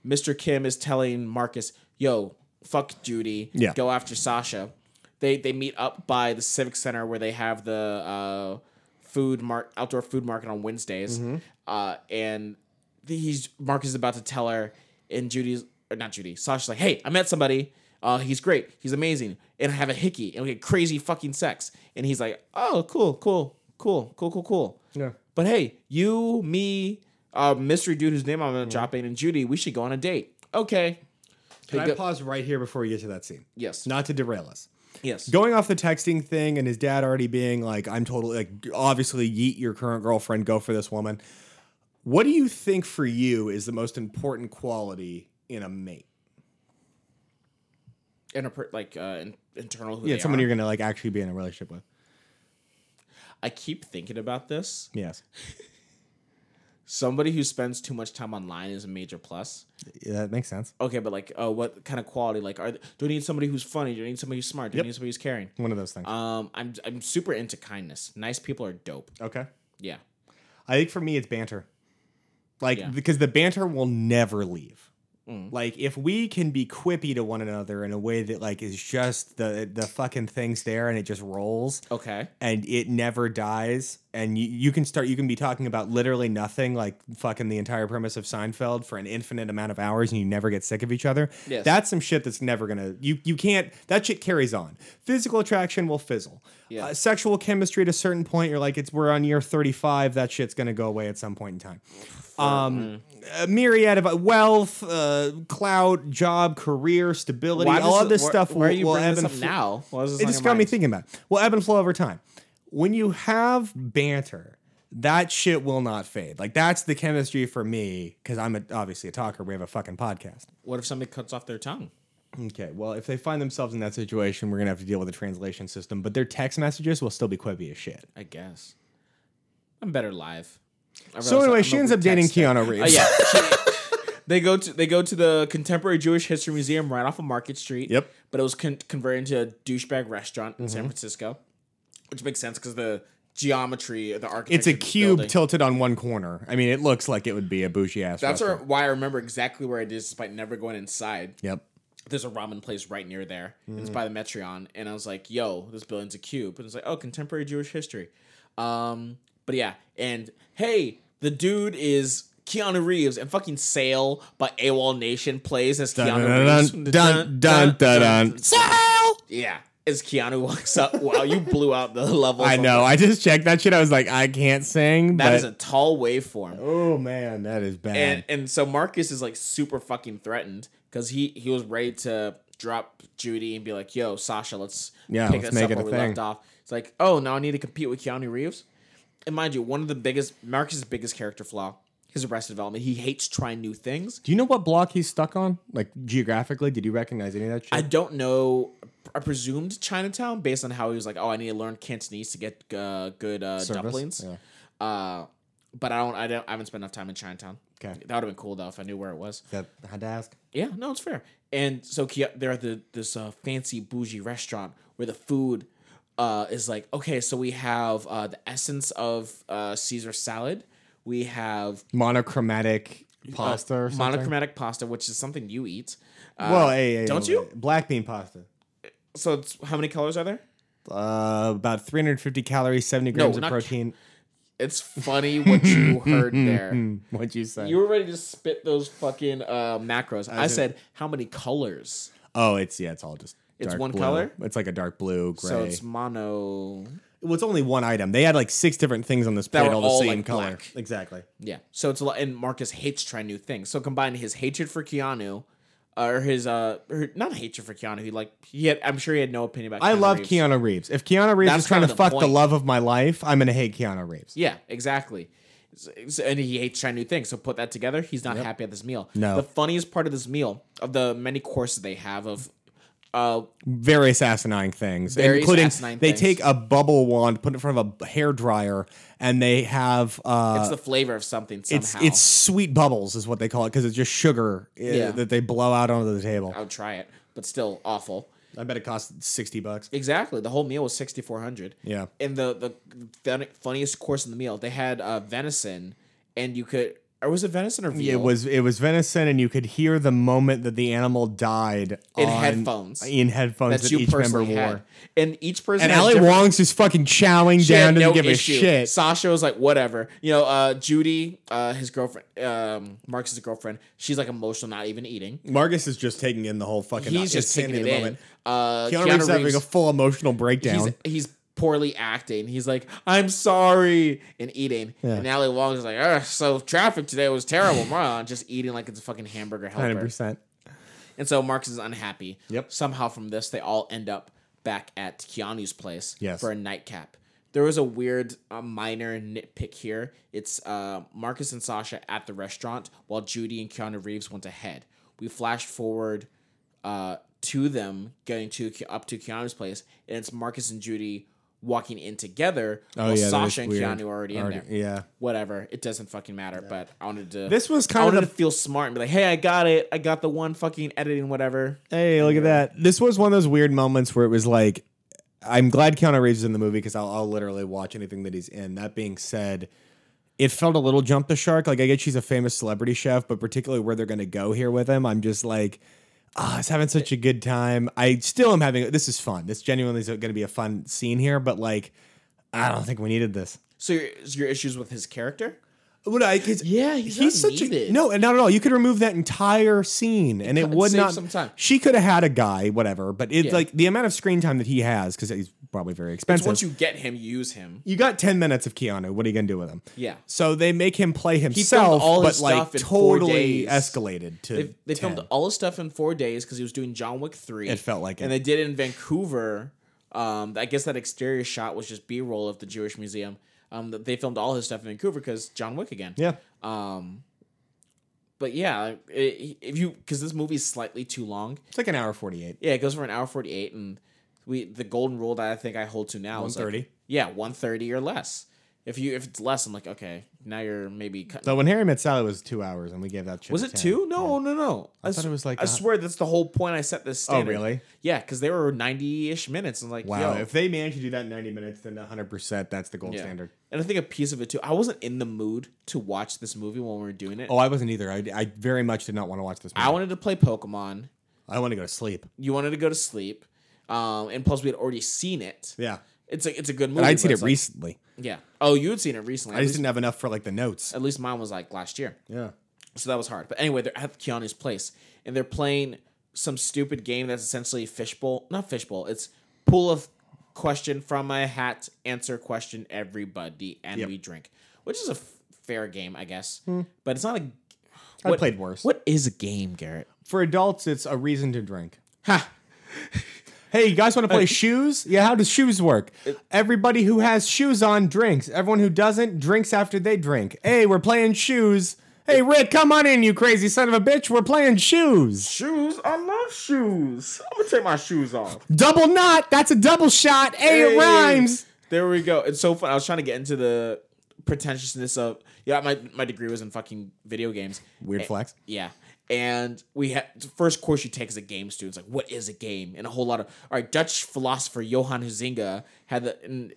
A: Mr. Kim is telling Marcus, "Yo, fuck Judy,
B: Yeah.
A: go after Sasha." They they meet up by the Civic Center where they have the uh, food mark outdoor food market on Wednesdays, uh, and the- he's Marcus is about to tell her, and Judy's or not Judy, Sasha's like, "Hey, I met somebody." Uh, he's great. He's amazing. And I have a hickey. And we get crazy fucking sex. And he's like, oh, cool, cool, cool, cool, cool, cool.
B: Yeah.
A: But hey, you, me, uh, mystery dude whose name I'm gonna drop in, and Judy, we should go on a date. Okay.
B: Can I
A: Take the-
B: pause right here before we get to that scene?
A: Yes.
B: Not to derail us.
A: yes.
B: Going off the texting thing and his dad already being like, I'm totally like, obviously, yeet your current girlfriend, go for this woman. What do you think for you is the most important quality in a mate?
A: Interpret like uh, in- internal. Who
B: Yeah,
A: they
B: someone
A: are.
B: you're going to like actually be in a relationship with.
A: I keep thinking about this.
B: Yes.
A: Somebody who spends too much time online is a major plus.
B: Yeah, that makes sense.
A: Okay, but like, oh, what kind of quality? Like, are do I need somebody who's funny? Do I need somebody who's smart? Do I need somebody who's caring?
B: One of those things.
A: Um, I'm I'm super into kindness. Nice people are dope.
B: okay.
A: Yeah.
B: I think for me, it's banter. Like,
A: Yeah.
B: because the banter will never leave. Like, if we can be quippy to one another in a way that, like, is just the, the fucking thing's there and it just rolls
A: Okay.
B: and it never dies, and you, you can start, you can be talking about literally nothing, like fucking the entire premise of Seinfeld for an infinite amount of hours and you never get sick of each other.
A: Yes.
B: That's some shit that's never gonna, you, you can't, that shit carries on. Physical attraction will fizzle.
A: Yeah.
B: Uh, sexual chemistry at a certain point, you're like, it's we're on year 35. That shit's gonna go away at some point in time. Um,
A: mm-hmm.
B: a myriad of uh, wealth, uh, clout, job, career, stability, all
A: does
B: of this
A: why-
B: stuff.
A: Why are
B: will-
A: you
B: will
A: bringing
B: ebb
A: this
B: and
A: up
B: fl-
A: now? Why is this
B: It
A: on
B: just
A: your
B: got me
A: mind?
B: thinking about. It. Well, ebb and flow over time. When you have banter, that shit will not fade. Like that's the chemistry for me because I'm a, obviously a talker. We have a fucking podcast.
A: What if somebody cuts off their tongue?
B: Okay, well, if they find themselves in that situation, we're gonna have to deal with a translation system. But their text messages will still be quippy as shit.
A: I guess. I'm better live. I
B: So
A: realize
B: anyway,
A: I'm
B: she
A: a
B: ends up
A: weak
B: dating
A: texter.
B: Keanu Reeves.
A: Uh, yeah. she- they go to they go to the Contemporary Jewish History Museum right off of Market Street.
B: Yep. Mm-hmm.
A: But it was con- converted into a douchebag restaurant in San Francisco, which makes sense because the geometry of the architecture.
B: It's a
A: of the
B: cube
A: building.
B: tilted on one corner. I mean, it looks like it would be a bougie ass.
A: That's
B: restaurant.
A: why I remember exactly where it is, despite never going inside.
B: Yep.
A: there's a ramen place right near there. and
B: Mm.
A: It's by the Metreon, and I was like, "Yo, this building's a cube." And it's like, "Oh, contemporary Jewish history." Um, but yeah, and hey, the dude is Keanu Reeves, and fucking Sale by AWOL Nation plays as Keanu Reeves.
B: Dun dun dun dun dun.
A: Yeah, as Keanu walks up. Wow, you blew out the level.
B: I know. I just checked that shit. I was like, I can't sing.
A: That
B: but-
A: is a tall waveform.
B: oh man, that is bad.
A: and and so Marcus is like super fucking threatened because he he was ready to drop Judy and be like, "Yo, Sasha, let's
B: Yeah,
A: pick
B: let's
A: us up
B: make it
A: where
B: a
A: we
B: thing."
A: left off." It's like, "Oh, now I need to compete with Keanu Reeves." And mind you, one of the biggest Marcus's biggest character flaw, his arrested development. He hates trying new things.
B: Do you know what block he's stuck on? Like geographically, did you recognize any of that shit?
A: I don't know. I presumed Chinatown based on how he was like, "Oh, I need to learn Cantonese to get uh, good uh,
B: Service?
A: dumplings."
B: Yeah.
A: Uh, but I don't. I don't. I haven't spent enough time in Chinatown.
B: Okay.
A: that would have been cool though if I knew where it was.
B: that I had to ask.
A: Yeah, no, it's fair. And so Kia, they're at the, this uh, fancy bougie restaurant where the food uh, is like, okay, so we have uh, the essence of uh, Caesar salad. We have
B: Monochromatic
A: uh,
B: pasta or something.
A: monochromatic pasta, which is something you eat. Uh,
B: well, hey, hey,
A: don't
B: hey,
A: you?
B: Black bean pasta.
A: so it's, how many colors are there?
B: Uh, about 350 calories, 70 grams
A: we're
B: of
A: not-
B: protein.
A: It's funny what you heard there.
B: What'd you say?
A: You were ready to spit those fucking uh, macros. I, said, how many colors?
B: oh, it's yeah, it's all just.
A: It's
B: dark
A: one
B: blue.
A: color?
B: It's like a dark blue, gray.
A: So it's mono.
B: well, it's only one item. They had like six different things on this plate,
A: were
B: all the
A: all,
B: same
A: like,
B: color.
A: black.
B: Exactly.
A: Yeah. So it's a lot. And Marcus hates trying new things. So combine his hatred for Keanu, or his uh, or not hatred for Keanu. He like he had. I'm sure he had no opinion about.
B: I
A: Keanu
B: love
A: Reeves.
B: Keanu Reeves. If Keanu Reeves
A: That's
B: is trying
A: kind
B: to
A: of the
B: fuck the
A: point.
B: love of my life, I'm gonna hate Keanu Reeves.
A: Yeah, exactly. So- so- And he hates trying new things. So put that together, he's not happy at this meal.
B: No.
A: The funniest part of this meal, of the many courses they have of, uh,
B: Various asinine things,
A: Various
B: including
A: asinine
B: they
A: things.
B: take a bubble wand, put it in front of a hair dryer, and they have uh,
A: it's the flavor of something
B: it's
A: somehow.
B: it's sweet bubbles is what they call it because it's just sugar uh,
A: Yeah.
B: that they blow out onto the table.
A: I'll try it, but still awful.
B: I bet it cost sixty bucks.
A: Exactly. The whole meal was sixty four hundred.
B: Yeah.
A: And the the fun- funniest course in the meal, they had uh, venison, and you could or was it venison or veal?
B: It was it was venison, and you could hear the moment that the animal died
A: In
B: on-
A: headphones.
B: In headphones
A: that
B: that,
A: you
B: each member
A: personally
B: wore.
A: had, and each person
B: And
A: had
B: Ali
A: different-
B: Wong's just fucking chowing
A: She
B: down,
A: had
B: doesn't
A: no
B: give
A: issue.
B: a shit.
A: Sasha was like, whatever. You know, uh, Judy, uh, his girlfriend, um, Marcus's girlfriend, she's like emotional, not even eating.
B: Marcus is just taking in the whole fucking.
A: He's just taking
B: insanity
A: it
B: of the
A: in.
B: moment.
A: Uh,
B: Keanu, Reeves is having a full emotional breakdown.
A: he's, he's poorly acting. He's like, I'm sorry, and eating. And Ali Wong is like, Ugh, so traffic today was terrible, man. Just eating like it's a fucking hamburger helper.
B: Hundred percent.
A: And so Marcus is unhappy.
B: Yep.
A: Somehow from this, they all end up back at Keanu's place
B: Yes.
A: for a nightcap. There was a weird uh, minor nitpick here. It's uh, Marcus and Sasha at the restaurant while Judy and Keanu Reeves went ahead. We flash forward uh, to them getting to up to Keanu's place, and it's Marcus and Judy walking in together while
B: Oh, yeah, that
A: Sasha
B: is
A: and
B: weird.
A: Keanu are already,
B: Already-
A: in there.
B: yeah.
A: Whatever. It doesn't fucking matter, but I wanted to.
B: This was
A: I
B: kind
A: wanted
B: of
A: to
B: the
A: feel smart and be like, "Hey, I got it. I got the one fucking editing whatever."
B: Hey, look at that. This was one of those weird moments where it was like, I'm glad Keanu Reeves is in the movie because I'll, I'll literally watch anything that he's in. That being said, it felt a little jump the shark. Like, I get she's a famous celebrity chef, but particularly where they're going to go here with him, I'm just like, ah, I was having such a good time. I still am having, this is fun. This genuinely is going to be a fun scene here, but like, I don't think we needed this.
A: So your, is your issues with his character?
B: What I, 'cause
A: Yeah, he's not needed.
B: a no, and not at all. You could remove that entire scene, and it
A: cut-
B: would
A: save
B: not.
A: some time.
B: She could have had a guy, whatever. But it's
A: Yeah.
B: like the amount of screen time that he has, because he's probably very expensive.
A: Once
B: you,
A: you get him, you use him.
B: got ten minutes of Keanu. What are you gonna do with him?
A: Yeah.
B: So they make him play himself,
A: all
B: but
A: his
B: like
A: stuff in four
B: totally
A: days.
B: escalated to.
A: They, they
B: 10.
A: filmed all his stuff in four days because he was doing John Wick three.
B: It felt like
A: and
B: it.
A: they did it in Vancouver. Um, I guess that exterior shot was just B roll of the Jewish Museum. Um, that they filmed all his stuff in Vancouver because John Wick again.
B: Yeah.
A: But yeah, it, if you because this movie's slightly too long.
B: It's like an hour forty-eight.
A: Yeah, it goes for an hour forty eight, and we the golden rule that I think I hold to now is like,
B: 130.
A: yeah, one thirty or less. If you if it's less, I'm like okay, now you're maybe cutting.
B: So when Harry Met Sally was two hours, and we gave that. shit
A: was
B: a
A: it
B: 10.
A: two? No, no, no. I,
B: thought
A: s-
B: it was like
A: I
B: a- Oh,
A: swear that's the whole point. I set this. Standard.
B: really?
A: Yeah, because they were ninety ish minutes, and like
B: Wow.
A: yo.
B: If they manage to do that in ninety minutes, then one hundred percent that's the gold
A: Yeah.
B: standard.
A: And I think a piece of it too. I wasn't in the mood to watch this movie when we were doing it.
B: Oh, I wasn't either. I, I very much did not want to watch this. Movie.
A: I wanted to play Pokemon.
B: I want to go to sleep.
A: You wanted to go to sleep, um, and plus we had already seen it.
B: Yeah.
A: It's a it's a good movie.
B: But I'd
A: but
B: seen it
A: it's like-
B: recently.
A: Yeah. Oh, you had seen it recently.
B: I
A: At
B: just
A: least-
B: didn't have enough for like the notes.
A: at least mine was like last year.
B: Yeah.
A: So that was hard. But anyway, they're at Keanu's place and they're playing some stupid game that's essentially fishbowl, not fishbowl, it's pool of question from my hat, answer question everybody, and we drink, which is a f- fair game, I guess. But it's not a.
B: Hmm. I played worse.
A: What is a game, Garrett?
B: For adults, it's a reason to drink.
A: Ha!
B: Hey, you guys want to play shoes? Yeah, how does shoes work? Everybody who has shoes on drinks. Everyone who doesn't drinks after they drink. Hey, we're playing shoes. Hey, Rick, come on in, you crazy son of a bitch. We're playing shoes.
A: Shoes. I love shoes. I'm gonna take my shoes off.
B: Double knot. That's a double shot. Hey, it
A: Hey.
B: rhymes.
A: There we go. It's so fun. I was trying to get into the pretentiousness of yeah. My my degree was in fucking video games.
B: Weird
A: A-
B: flex.
A: Yeah. And we had the first course you take as a game student. It's like, what is a game? And a whole lot of all right. Dutch philosopher Johan Huizinga had the. And,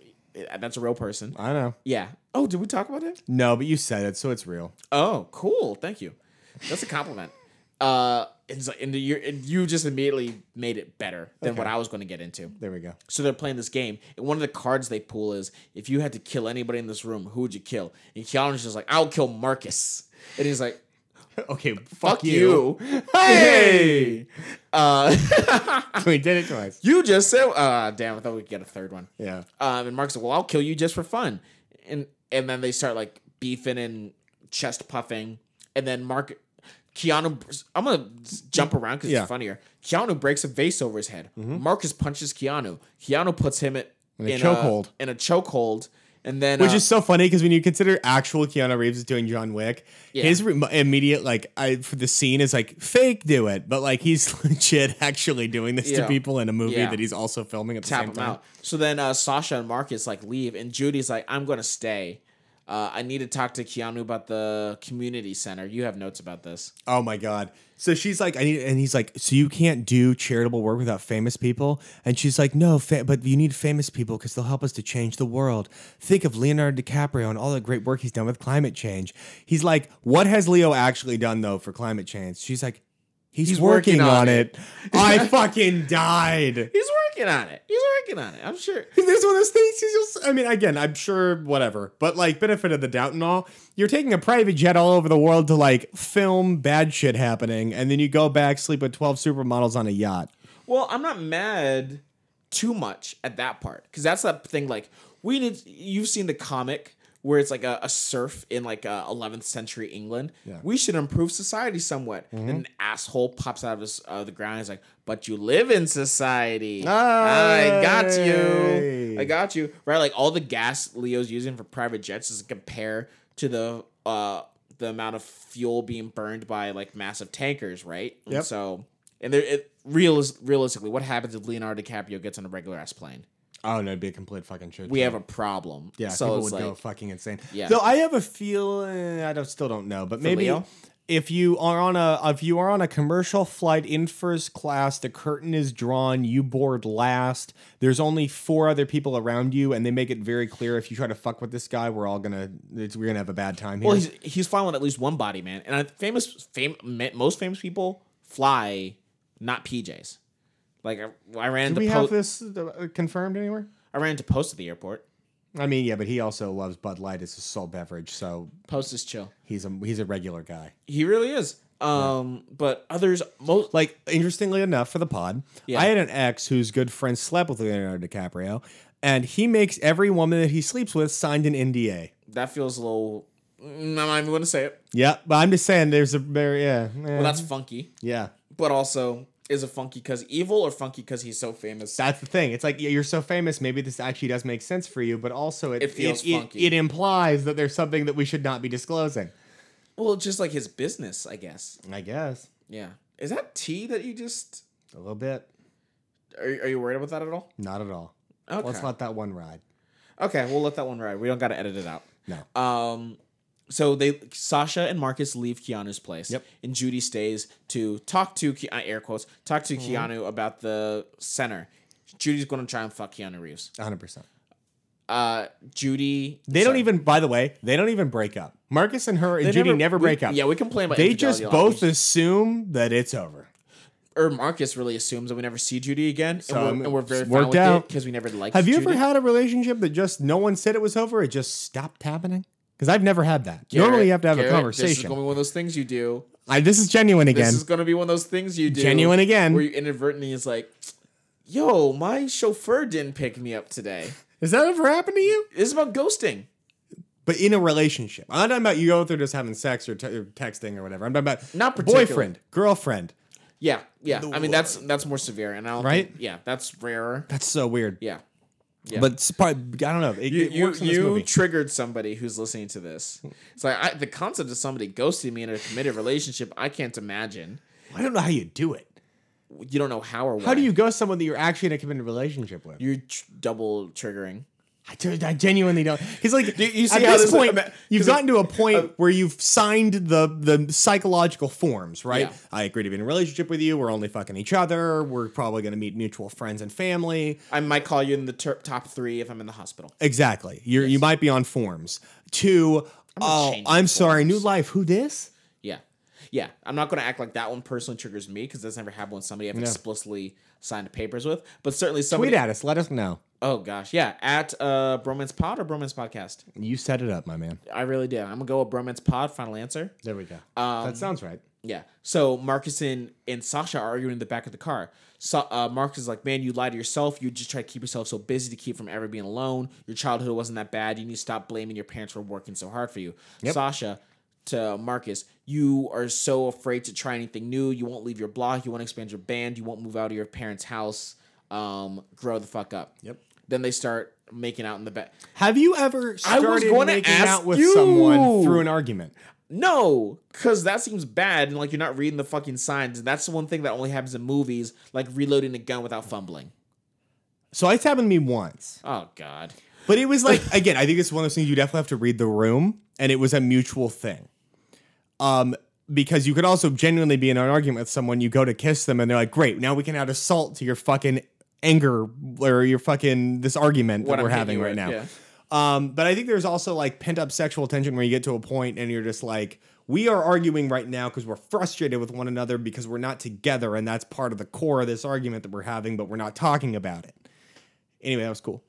A: uh, that's a real person.
B: I know.
A: Yeah. Oh, did we talk about it?
B: No, but you said it, so it's real.
A: Oh, cool. Thank you. That's a compliment. Uh, it's like, and you and you just immediately made it better than what I was going to get into.
B: There we go.
A: So they're playing this game, and one of the cards they pull is if you had to kill anybody in this room, who would you kill? And Keanu's just like, I'll kill Marcus, and he's like,
B: Okay, fuck,
A: Fuck
B: you.
A: you, hey, uh,
B: we did it twice.
A: you just said, uh, damn, I thought we'd get a third one.
B: Yeah.
A: Um, and Mark's like, "Well, I'll kill you just for fun," and and then they start like beefing and chest puffing, and then Mark, Keanu, I'm gonna s- jump around because
B: Yeah. Mm-hmm.
A: it's funnier. Keanu breaks a vase over his head. Marcus punches Keanu. Keanu puts him in,
B: In a
A: in
B: chokehold.
A: In a chokehold, and then
B: Which
A: uh,
B: is so funny because when you consider actual Keanu Reeves is doing John Wick,
A: Yeah.
B: his re- immediate like I for the scene is like fake do it, but like he's legit actually doing this to
A: Yeah.
B: people in a movie
A: Yeah.
B: that he's also filming at the
A: tap
B: same
A: him
B: time.
A: out. So then uh, Sasha and Marcus like leave, and Judy's like, "I'm gonna stay." Uh, I need to talk to Keanu about the community center. You have notes about this.
B: Oh my god. So she's like, I need, and he's like, so you can't do charitable work without famous people. And she's like, no, fa- but you need famous people because they'll help us to change the world. Think of Leonardo DiCaprio and all the great work he's done with climate change. He's like, what has Leo actually done though for climate change? She's like, he's,
A: He's
B: working,
A: working
B: on
A: on
B: it. I fucking died.
A: He's working on it. He's working on it. I'm sure.
B: There's one of those things. He's just, I mean, again, I'm sure whatever, but like benefit of the doubt and all. You're taking a private jet all over the world to like film bad shit happening, and then you go back sleep with twelve supermodels on a yacht.
A: Well, I'm not mad too much at that part because that's that thing. Like we need. You've seen the comic where it's like a, a surf in like uh 11th century England.
B: Yeah.
A: We should improve society somewhat. An asshole pops out of his, uh, the ground. He's like, "But you live in society. I got
B: Aye.
A: you. I got you." Right? Like all the gas Leo's using for private jets is compare to the uh the amount of fuel being burned by like massive tankers. Right? And
B: Yep.
A: So and there, it, realis- realistically, what happens if Leonardo DiCaprio gets on a regular ass plane?
B: Oh no, it'd be a complete fucking shit.
A: We
B: show.
A: have a problem.
B: yeah,
A: so
B: people
A: it's
B: would
A: like,
B: go fucking insane.
A: Yeah.
B: So I have a feel. eh, I don't still don't know, but maybe.
A: Leo?
B: If you are on a if you are on a commercial flight in first class, the curtain is drawn, you board last. There's only four other people around you, and they make it very clear if you try to fuck with this guy, we're all gonna it's, we're gonna have a bad time here.
A: well, he's he's flying with at least one body, man. And I- famous, fam- ma- most famous people fly not PJs. Like I, I ran into
B: Do we
A: po-
B: have this uh, confirmed anywhere?
A: I ran into Post at the airport.
B: I mean, yeah, but he also loves Bud Light as his sole beverage, so
A: Post is chill.
B: he's a he's a regular guy.
A: He really is. Um, but others most
B: like interestingly enough for the pod,
A: Yeah.
B: I had an ex whose good friend slept with Leonardo DiCaprio, and he makes every woman that he sleeps with signed an NDA.
A: that feels a little. mm, I'm not even going to say it.
B: Yeah, but I'm just saying there's a very yeah eh,
A: Well, that's funky,
B: yeah.
A: but also is it funky because evil or funky because he's so famous?
B: That's the thing. It's like yeah, you're so famous, maybe this actually does make sense for you, but also it
A: It feels
B: it, it-
A: funky.
B: it implies that there's something that we should not be disclosing.
A: well, just like his business, I guess.
B: I guess
A: Yeah. Is that tea that you just
B: a little bit,
A: are, are you worried about that at all?
B: not at all.
A: Okay.
B: Let's let that one ride.
A: okay, we'll let that one ride. We don't got to edit it out.
B: No.
A: Um so they Sasha and Marcus leave Keanu's place.
B: Yep.
A: And Judy stays to talk to Ke- I air quotes, talk to Keanu about the center. Judy's going to try and fuck Keanu Reeves.
B: 100. percent
A: Uh Judy
B: They don't
A: sorry.
B: even. By the way, they don't even break up. Marcus and her and
A: They
B: Judy never
A: we-
B: break up.
A: Yeah, we complain about
B: they
A: infidelity
B: just
A: a lot.
B: both
A: We-
B: assume that it's over.
A: or Marcus really assumes that we never see Judy again, and,
B: So, um,
A: we're, and we're very
B: it's
A: fine
B: worked
A: with
B: out.
A: it because we never liked.
B: Have you ever
A: Judy.
B: had a relationship that just no one said it was over? It just stopped happening? Because I've never had that. Normally,
A: Garrett,
B: you have to have
A: Garrett,
B: a
A: This is
B: conversation.
A: going to be one of those things you do.
B: I, this is genuine
A: This
B: again.
A: is going to be one of those things you do.
B: Genuine again.
A: Where you inadvertently is like, yo, my chauffeur didn't pick me up today.
B: Has that ever happened to you?
A: This is about ghosting.
B: But in a relationship, I'm not talking about you go through just having sex or, te- or texting or whatever. I'm talking about
A: Not particular.
B: boyfriend, girlfriend.
A: Yeah, yeah. I mean, that's that's more severe, and I don't
B: Right?
A: think- yeah, that's rarer.
B: That's so weird.
A: Yeah,
B: But it's part, I don't know. It,
A: you
B: it
A: you,
B: works in this
A: you
B: movie.
A: triggered somebody who's listening to this. It's like I, the concept of somebody ghosting me in a committed relationship. I can't imagine.
B: I don't know how you do it.
A: You don't know how or why.
B: How do you ghost someone that you're actually in a committed relationship with?
A: You're tr- double triggering.
B: I, do- I genuinely don't. He's like,
A: you see
B: at
A: how
B: this
A: this-
B: point,
A: ima-
B: you've
A: 'cause uh,
B: gotten to a point where you've signed the the psychological forms, right?
A: Yeah.
B: I agree to be in a relationship with you. We're only fucking each other. We're probably going to meet mutual friends and family.
A: I might call you in the ter- top three if I'm in the hospital.
B: Exactly. You are you might be on forms. Two. oh,
A: changing
B: I'm sorry. New life. Who this?
A: Yeah. yeah, I'm not gonna act like that one personally triggers me because that's never happened with somebody I've explicitly signed papers with. But certainly somebody.
B: Tweet at us. Let us know.
A: Oh gosh, yeah, at uh, Bromance Pod or Bromance Podcast.
B: You set it up, my man.
A: I really did. I'm gonna go with Bromance Pod. Final answer.
B: There we go.
A: Um,
B: that sounds right.
A: Yeah. So Marcus and, and Sasha are arguing in the back of the car. So, uh, Marcus is like, man, you lie to yourself. You just try to keep yourself so busy to keep from ever being alone. Your childhood wasn't that bad. You need to stop blaming your parents for working so hard for you. Sasha to Marcus, you are so afraid to try anything new. You won't leave your block. You won't expand your band. You won't move out of your parents' house. Um, grow the fuck up.
B: Yep.
A: Then they start making out in the back.
B: Have you ever started
A: gonna
B: making
A: ask
B: out with
A: you.
B: someone through an argument?
A: No, because that seems bad, and like you're not reading the fucking signs. And that's the one thing that only happens in movies, like reloading a gun without fumbling.
B: So it's happened to me once.
A: Oh God.
B: But it was like again, I think it's one of those things you definitely have to read the room, and it was a mutual thing. Um, because you could also genuinely be in an argument with someone, you go to kiss them, and they're like, "Great, now we can add assault to your fucking anger or your fucking this argument that
A: I'm
B: we're
A: hitting
B: having
A: you
B: right
A: with,
B: now."
A: yeah.
B: Um, but I think there's also like pent up sexual tension where you get to a point and you're just like, we are arguing right now because we're frustrated with one another because we're not together, and that's part of the core of this argument that we're having, but we're not talking about it. Anyway, that was cool.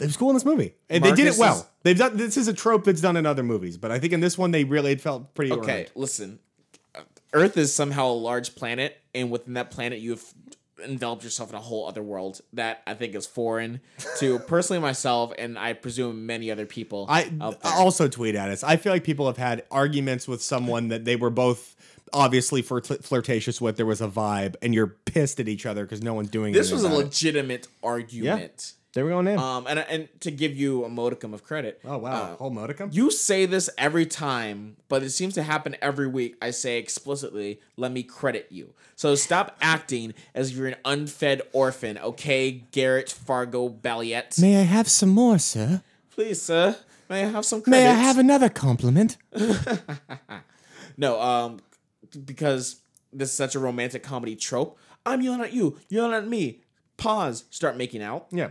B: It was cool in this movie. And they did
A: Marcus
B: it well.
A: is-
B: They've done this is a trope that's done in other movies, but I think in this one they really it felt pretty
A: Okay,
B: earned.
A: listen. Earth is somehow a large planet, and within that planet, you've enveloped yourself in a whole other world that I think is foreign to personally myself, and I presume many other people.
B: I
A: out there.
B: also tweet at us. I feel like people have had arguments with someone that they were both obviously flirt- flirtatious with. There was a vibe, and you're pissed at each other because no one's doing.
A: this
B: anything
A: was a
B: about it.
A: legitimate argument.
B: There we go, in.
A: Um, and and to give you a modicum of credit.
B: oh wow,
A: uh,
B: whole modicum.
A: You say this every time, but it seems to happen every week. I say explicitly, let me credit you. So stop acting as if you're an unfed orphan, okay, Garrett Fargo Balliet?
C: May I have some more, sir?
A: Please, sir, may I have some credit?
C: May I have another compliment?
A: No, um, because this is such a romantic comedy trope. I'm yelling at you, you're yelling at me. Pause, start making out.
B: yeah,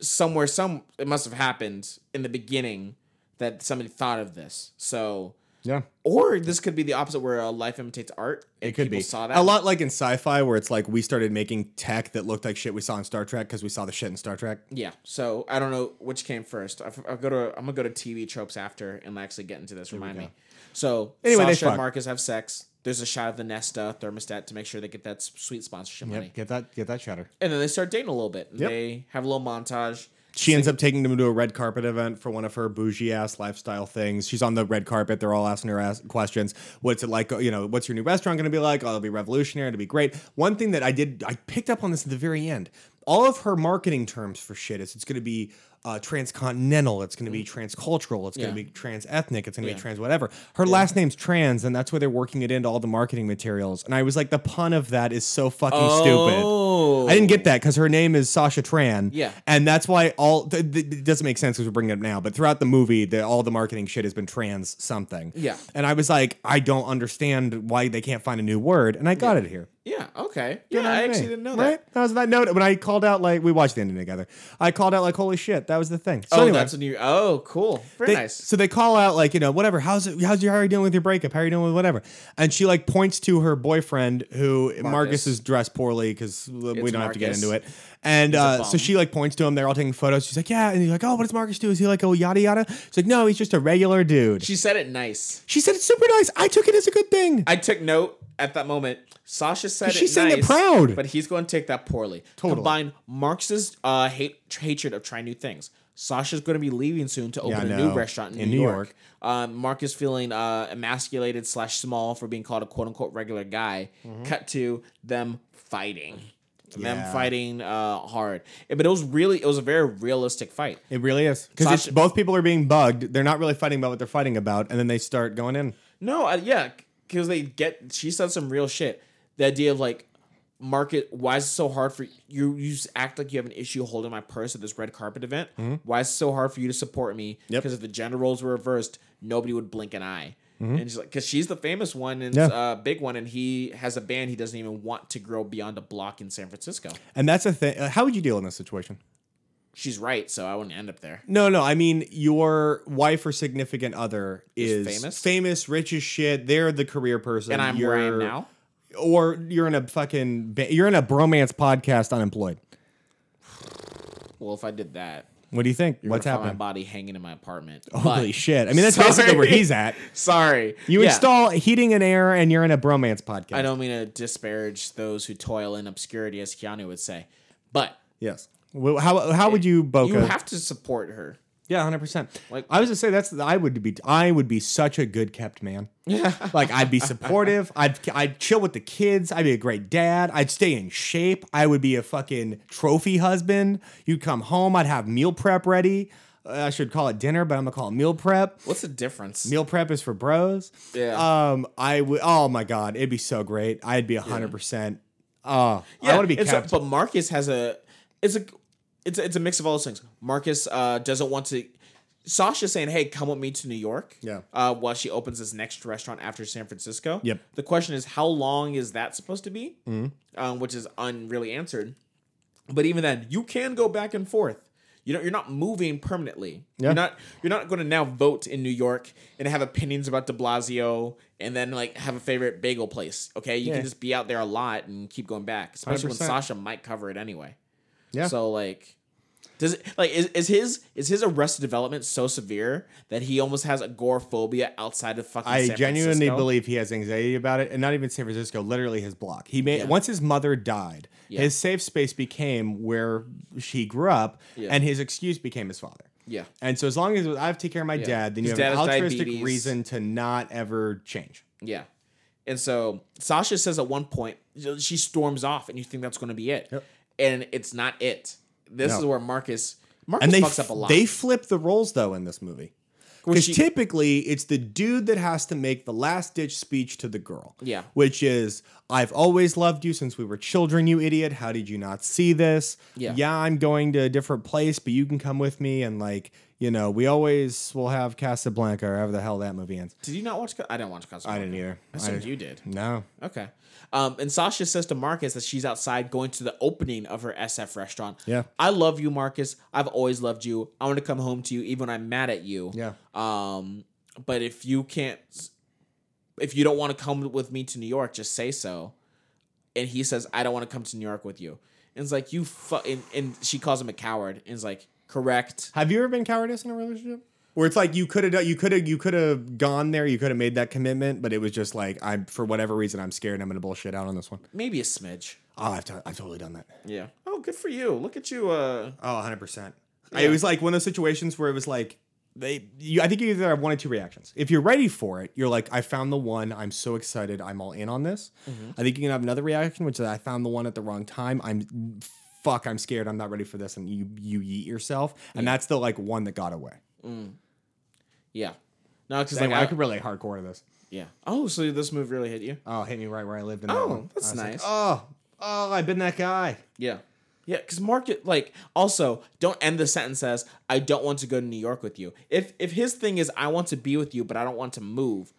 A: somewhere some it must have happened in the beginning that somebody thought of this. So
B: yeah,
A: or this could be the opposite where uh, life imitates art. And
B: it could
A: people
B: be.
A: saw that
B: a lot like in sci-fi where it's like we started making tech that looked like shit we saw in Star Trek because we saw the shit in Star Trek.
A: Yeah. So I don't know which came first. I, will go to I'm gonna go to TV tropes after and actually get into this. Remind me. So
B: Anyway, they
A: Sasha and
B: fuck.
A: Marcus have sex. There's a shot of the Nesta thermostat to make sure they get that s- sweet sponsorship money.
B: Get that, get that shutter.
A: And then they start dating a little bit. And
B: Yep.
A: They have a little montage.
B: She ends up taking them to a red carpet event for one of her bougie ass lifestyle things. She's on the red carpet. They're all asking her ass questions. What's it like? You know, what's your new restaurant going to be like? Oh, it'll be revolutionary. It'll be great. One thing that I did, I picked up on this at the very end. All of her marketing terms for shit is it's going to be uh, transcontinental. It's going to be transcultural. It's
A: Mm. Yeah.
B: going to be trans ethnic. It's going to
A: Yeah.
B: be trans whatever. Her last name's trans, and that's why they're working it into all the marketing materials. And I was like, the pun of that is so fucking stupid.
A: Oh.
B: I didn't get that because her name is Sasha Tran.
A: Yeah.
B: and that's why all th- th- it doesn't make sense because we're bringing it up now. But throughout the movie, the, all the marketing shit has been trans something.
A: Yeah.
B: and I was like, I don't understand why they can't find a new word, and I got it here.
A: Yeah. Okay. Yeah. I
B: Right.
A: actually didn't know that.
B: Right? That was that note when I called out like we watched the ending together. I called out like, holy shit, that was the thing. So
A: oh,
B: anyway,
A: that's when you. Oh, cool. Very
B: they-
A: nice.
B: So they call out like you know whatever. How's it? How's your? How are you dealing with your breakup? How are you dealing with whatever? And she like points to her boyfriend who Marcus, is dressed poorly because we don't have to get
A: Marcus.
B: into it. And
A: a
B: uh,
A: bum.
B: so she like points to him. They're all taking photos. She's like, yeah. And he's like, oh, what does Marcus do? Is he like oh yada yada? She's like, no, he's just a regular dude. She,
A: She said it nice.
B: said it's super nice. I took it as a good thing.
A: I took note at that moment. Sasha said
B: She's
A: it
B: saying
A: nice,
B: it proud.
A: but he's going to take that poorly.
B: Totally.
A: Combine Marx's uh, hate hatred of trying new things. Sasha's going to be leaving soon to open
B: I
A: a new
B: know.
A: restaurant in, New, York. Um, Mark is feeling uh, emasculated slash small for being called a quote unquote regular guy. Cut to them fighting. Them
B: Mm-hmm. Yeah.
A: fighting uh, hard, Eh, but it was really it was a very realistic fight.
B: it really is because
A: Sasha-
B: both people are being bugged. They're not really fighting about what they're fighting about, and then they start going in.
A: No, I, yeah, because they get. She said some real shit. The idea of like, market. Why is it so hard for you? You just act like you have an issue holding my purse at this red carpet event. Why is it so hard for you to support me?
B: Mm-hmm. Yep.
A: Because if the gender roles were reversed, nobody would blink an eye. And she's like, because she's the famous one and
B: Mm-hmm. Yeah.
A: uh, big one, and he has a band he doesn't even want to grow beyond a block in San Francisco.
B: uh, And that's a thing. How would you deal in this situation?
A: she's right, so I wouldn't end up there.
B: No, no. I mean, your wife or significant other is,
A: Is famous?
B: famous, rich as shit. They're the career person,
A: And I'm
B: you're,
A: where I am now.
B: Or you're in a fucking ba- you're in a bromance podcast, unemployed.
A: Well, if I did that,
B: What do you think? What's
A: I'd find My
B: happening?
A: body hanging in my apartment.
B: Holy
A: But-
B: shit! I mean, that's
A: Sorry.
B: basically where he's at.
A: Sorry,
B: You
A: Yeah.
B: install heating and air, and you're in a bromance podcast.
A: I don't mean to disparage those who toil in obscurity, as Keanu would say, but
B: Yes. Well, how how would you boca?
A: you have to support her.
B: yeah, hundred percent.
A: Like-
B: I was gonna say that's I would be I would be such a good kept man. Yeah. Like I'd be supportive. I'd I'd chill with the kids. I'd be a great dad. I'd stay in shape. I would be a fucking trophy husband. You'd come home. I'd have meal prep ready. Uh, I should call it dinner, but I'm gonna call it meal prep.
A: What's the difference?
B: Meal prep is for bros.
A: Yeah.
B: Um. I would. Oh my god, it'd be so great. I'd be hundred percent. Oh, I want to be
A: it's
B: kept.
A: A, but Marcus has a it's a it's a, it's a mix of all those things. Marcus uh, doesn't want to. Sasha's saying, "Hey, come with me to New York."
B: Yeah.
A: Uh, while she opens this next restaurant after San Francisco.
B: Yep. Mm-hmm.
A: The question is, how long is that supposed to be? Um, which is unreally answered. But even then, you can go back and forth. You know, you're not moving permanently.
B: Yeah.
A: You're not. You're not going to now vote in New York and have opinions about De Blasio, and then like have a favorite bagel place. Okay, you
B: Yeah.
A: can just be out there a lot and keep going back, especially when
B: 100%.
A: Sasha might cover it anyway.
B: Yeah.
A: So like, does it like is, is his is his arrested development so severe that he almost has agoraphobia outside of fucking?
B: I
A: San
B: genuinely
A: Francisco?
B: believe he has anxiety about it, and not even San Francisco. Literally, his block. He made
A: Yeah.
B: once his mother died,
A: Yeah.
B: his safe space became where she grew up,
A: Yeah.
B: and his excuse became his father.
A: Yeah.
B: And so, as long as I have to take care of my dad, then you
A: His
B: have an
A: dad has
B: altruistic
A: diabetes.
B: reason to not ever change.
A: Yeah. And so Sasha says at one point she storms off, and you think that's going to be it, and it's not it. This
B: No.
A: is where Marcus Marcus
B: And they
A: fucks up a lot.
B: they flip the roles though in this movie. Because
A: Which she-
B: typically it's the dude that has to make the last ditch speech to the girl.
A: Yeah.
B: Which is, I've always loved you since we were children, you idiot. How did you not see this?
A: Yeah.
B: Yeah, I'm going to a different place, but you can come with me. And like, you know, we always will have Casablanca or however the hell that movie ends.
A: did you not watch? Ca- I didn't watch.
B: I didn't either.
A: I assumed
B: I-
A: you did.
B: No.
A: Okay. Um, and Sasha says to Marcus that she's outside going to the opening of her SF restaurant.
B: Yeah.
A: I love you, Marcus. I've always loved you. I want to come home to you, even when I'm mad at you.
B: Yeah.
A: Um, but if you can't, if you don't want to come with me to New York, just say so. And he says, I don't want to come to New York with you. And it's like, you fuck. And, and she calls him a coward. And it's like, correct.
B: Have you ever been cowardice in a relationship? Where it's like you could have you could have you could have gone there, you could have made that commitment, but it was just like I'm for whatever reason I'm scared and I'm gonna bullshit out on this one.
A: Maybe a smidge.
B: Oh, I've, t- I've totally done that.
A: Yeah. Oh, good for you. Look at you. Uh,
B: Oh, 100%.
A: Yeah.
B: It was like one of those situations where it was like, they, you, I think you either have one or two reactions. If you're ready for it, you're like, I found the one. I'm so excited. I'm all in on this. I think you can have another reaction, which is I found the one at the wrong time. I'm, fuck, I'm scared. I'm not ready for this. And you, you yeet yourself. And that's the like one that got away.
A: yeah. No, because
B: Like,
A: like,
B: I could relate hardcore to this.
A: yeah. Oh, so this move really hit you.
B: Oh, hit me right where I lived. In
A: Oh,
B: that one.
A: that's
B: I was like,
A: nice.
B: oh, oh, I've been that guy.
A: Yeah. Yeah, because market like also don't end the sentence as I don't want to go to New York with you. If if his thing is I want to be with you, but I don't want to move,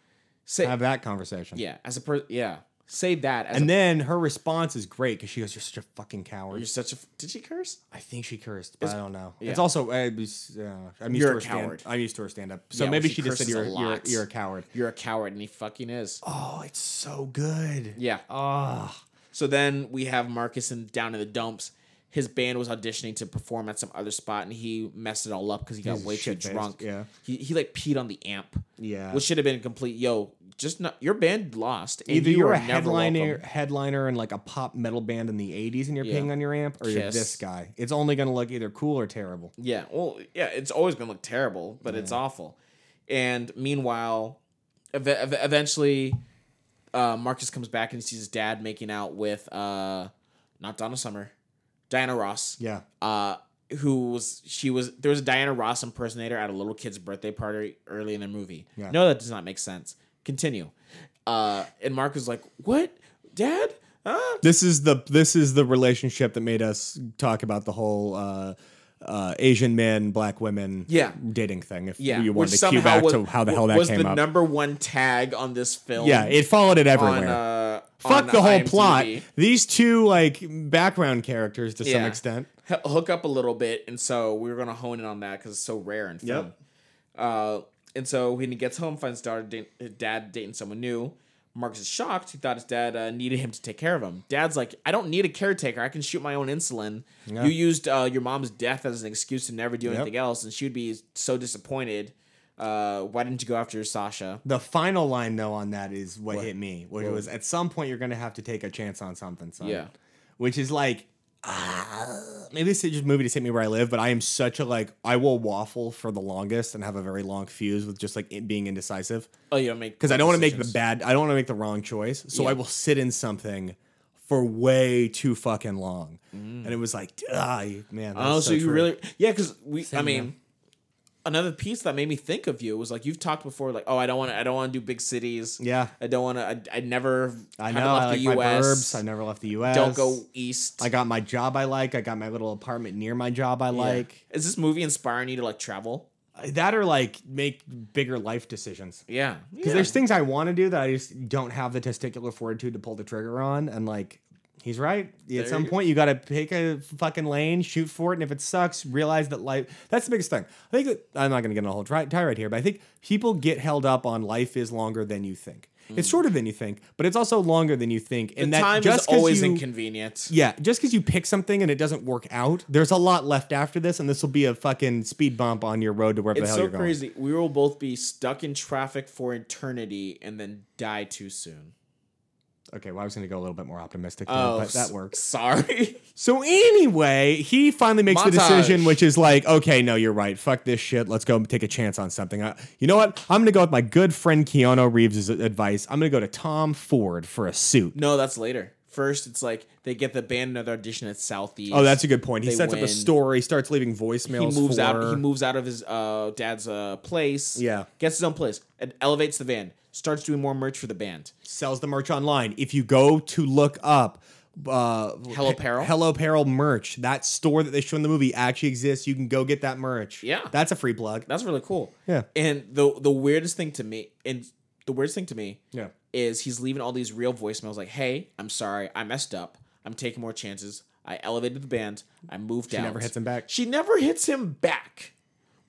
A: say
B: Have that conversation.
A: yeah as a person yeah say that as
B: And
A: a,
B: then her response is great because she goes, "You're such a fucking coward."
A: you're such a f- did she curse?
B: I think she cursed, but I don't know.
A: yeah.
B: It's also I was, uh, I'm used
A: You're
B: to
A: a
B: her stand.
A: coward.
B: I'm used to her stand up, so
A: Yeah,
B: maybe
A: she
B: she, just said
A: curses a
B: you're you're,
A: lot.
B: you're a coward.
A: You're a coward, and he fucking is.
B: Oh, it's so good.
A: Yeah.
B: Oh,
A: So then we have Marcus in down in the dumps. His band was auditioning to perform at some other spot, and he messed it all up because he got
B: He's
A: way too
B: shit-faced,
A: drunk.
B: yeah.
A: he, he like peed on the amp.
B: Yeah.
A: which should have been complete. Yo, just not your band lost. and
B: either
A: you
B: you're
A: are
B: a
A: never
B: headliner
A: welcome.
B: headliner in like a pop metal band in the '80s, and you're
A: Yeah.
B: peeing on your amp, or you're
A: Kiss.
B: this guy. It's only gonna look either cool or terrible.
A: Yeah, well, yeah, it's always gonna look terrible, but it's awful. And meanwhile, ev- ev- eventually, uh, Marcus comes back and sees his dad making out with uh, not Donna Summer, Diana Ross.
B: Yeah,
A: uh, who was she was there was a Diana Ross impersonator at a little kid's birthday party early in the movie.
B: Yeah.
A: No, that does not make sense. Continue. Uh, and Mark was like, "What, Dad? Huh?
B: this is the this is the relationship that made us talk about the whole. uh uh, Asian men, black women,
A: Yeah.
B: dating thing. If
A: Yeah."
B: you
A: which
B: wanted to cue
A: somehow
B: back
A: was,
B: to how the hell that
A: was
B: came
A: the
B: up,
A: number one tag on this film.
B: yeah, it followed it everywhere.
A: on uh,
B: Fuck
A: on
B: the whole
A: IMDb.
B: plot. These two like background characters to some
A: Yeah.
B: extent.
A: h- hook up a little bit, and so we were gonna hone in on that because it's so rare in film.
B: Yep.
A: Uh, and so when he gets home, finds daughter da- his dad dating someone new. Marcus is shocked. He thought his dad uh, needed him to take care of him. Dad's like, I don't need a caretaker. I can shoot my own insulin. You used uh, your mom's death as an excuse to never do anything else, and she would be so disappointed. Uh, why didn't you go after Sasha?
B: The final line though on that is what, hit me, which was at some point you're gonna have to take a chance on something, son.
A: Yeah.
B: Which is like ah, maybe this is just movie just hit me where I live, but I am such a like I will waffle for the longest and have a very long fuse with just like it being indecisive.
A: Oh, you don't make
B: Because I don't want to make the
A: decisions.
B: bad I don't want to make the wrong choice. So
A: Yeah.
B: I will sit in something for way too fucking long. And it was like, ah, man.
A: Mm. Oh, so, you
B: really.
A: really yeah? Because we, I
B: Same,
A: mean,
B: man.
A: another piece that made me think of you was like you've talked before, like oh, I don't want to, I don't want to do big cities.
B: Yeah.
A: I don't want to. I, I never.
B: I
A: haven't
B: know. I like my burbs. I never left the U.S.
A: don't go east.
B: I got my job. I like. I got my little apartment near my job. I
A: Yeah.
B: like
A: is this movie inspiring you to like travel?
B: that, or like make bigger life decisions.
A: Yeah,
B: Because there's things I want to do that I just don't have the testicular fortitude to pull the trigger on. And like, he's right.
A: There
B: At some
A: you-
B: point, you got to pick a fucking lane, shoot for it, and if it sucks, realize that life. That's the biggest thing. I think that, I'm not going to get on a whole tri- tirade here, but I think people get held up on life is longer than you think. It's shorter than you think, but it's also longer than you think.
A: Mm.
B: And
A: the
B: that
A: time
B: just
A: is always
B: you,
A: inconvenient.
B: Yeah, just because you pick something and it doesn't work out, there's a lot left after this, and this will be a fucking speed bump on your road to wherever the
A: It's
B: hell
A: so
B: you're going.
A: crazy. We will both be stuck in traffic for eternity and then die too soon.
B: Okay, well, I was going to go a little bit more optimistic, there,
A: Oh,
B: but that
A: s-
B: works.
A: Sorry.
B: So anyway, he finally makes the
A: Montage.
B: decision, which is like, okay, no, you're right. Fuck this shit. Let's go take a chance on something. I, you know what? I'm gonna go with my good friend Keanu Reeves' advice. I'm gonna go to Tom Ford for a suit.
A: No, that's later. First, it's like they get the band another audition at Southeast.
B: Oh, that's a good point. He
A: They
B: sets up
A: win.
B: a story, starts leaving
A: he
B: voicemails.
A: moves out.
B: for-
A: He moves out of his uh, dad's uh, place.
B: Yeah.
A: gets his own place and elevates the band. Starts doing more merch for the band.
B: sells the merch online. If you go to look up uh
A: Hello Apparel?
B: Hello Apparel merch, that store that they show in the movie actually exists. You can go get that merch.
A: Yeah.
B: That's a free plug.
A: That's really cool.
B: Yeah.
A: And the the weirdest thing to me, and the weirdest thing to me,
B: Yeah.
A: is he's leaving all these real voicemails like, "Hey, I'm sorry, I messed up. I'm taking more chances. I elevated the band. I moved out."
B: never hits him back.
A: She never hits him back,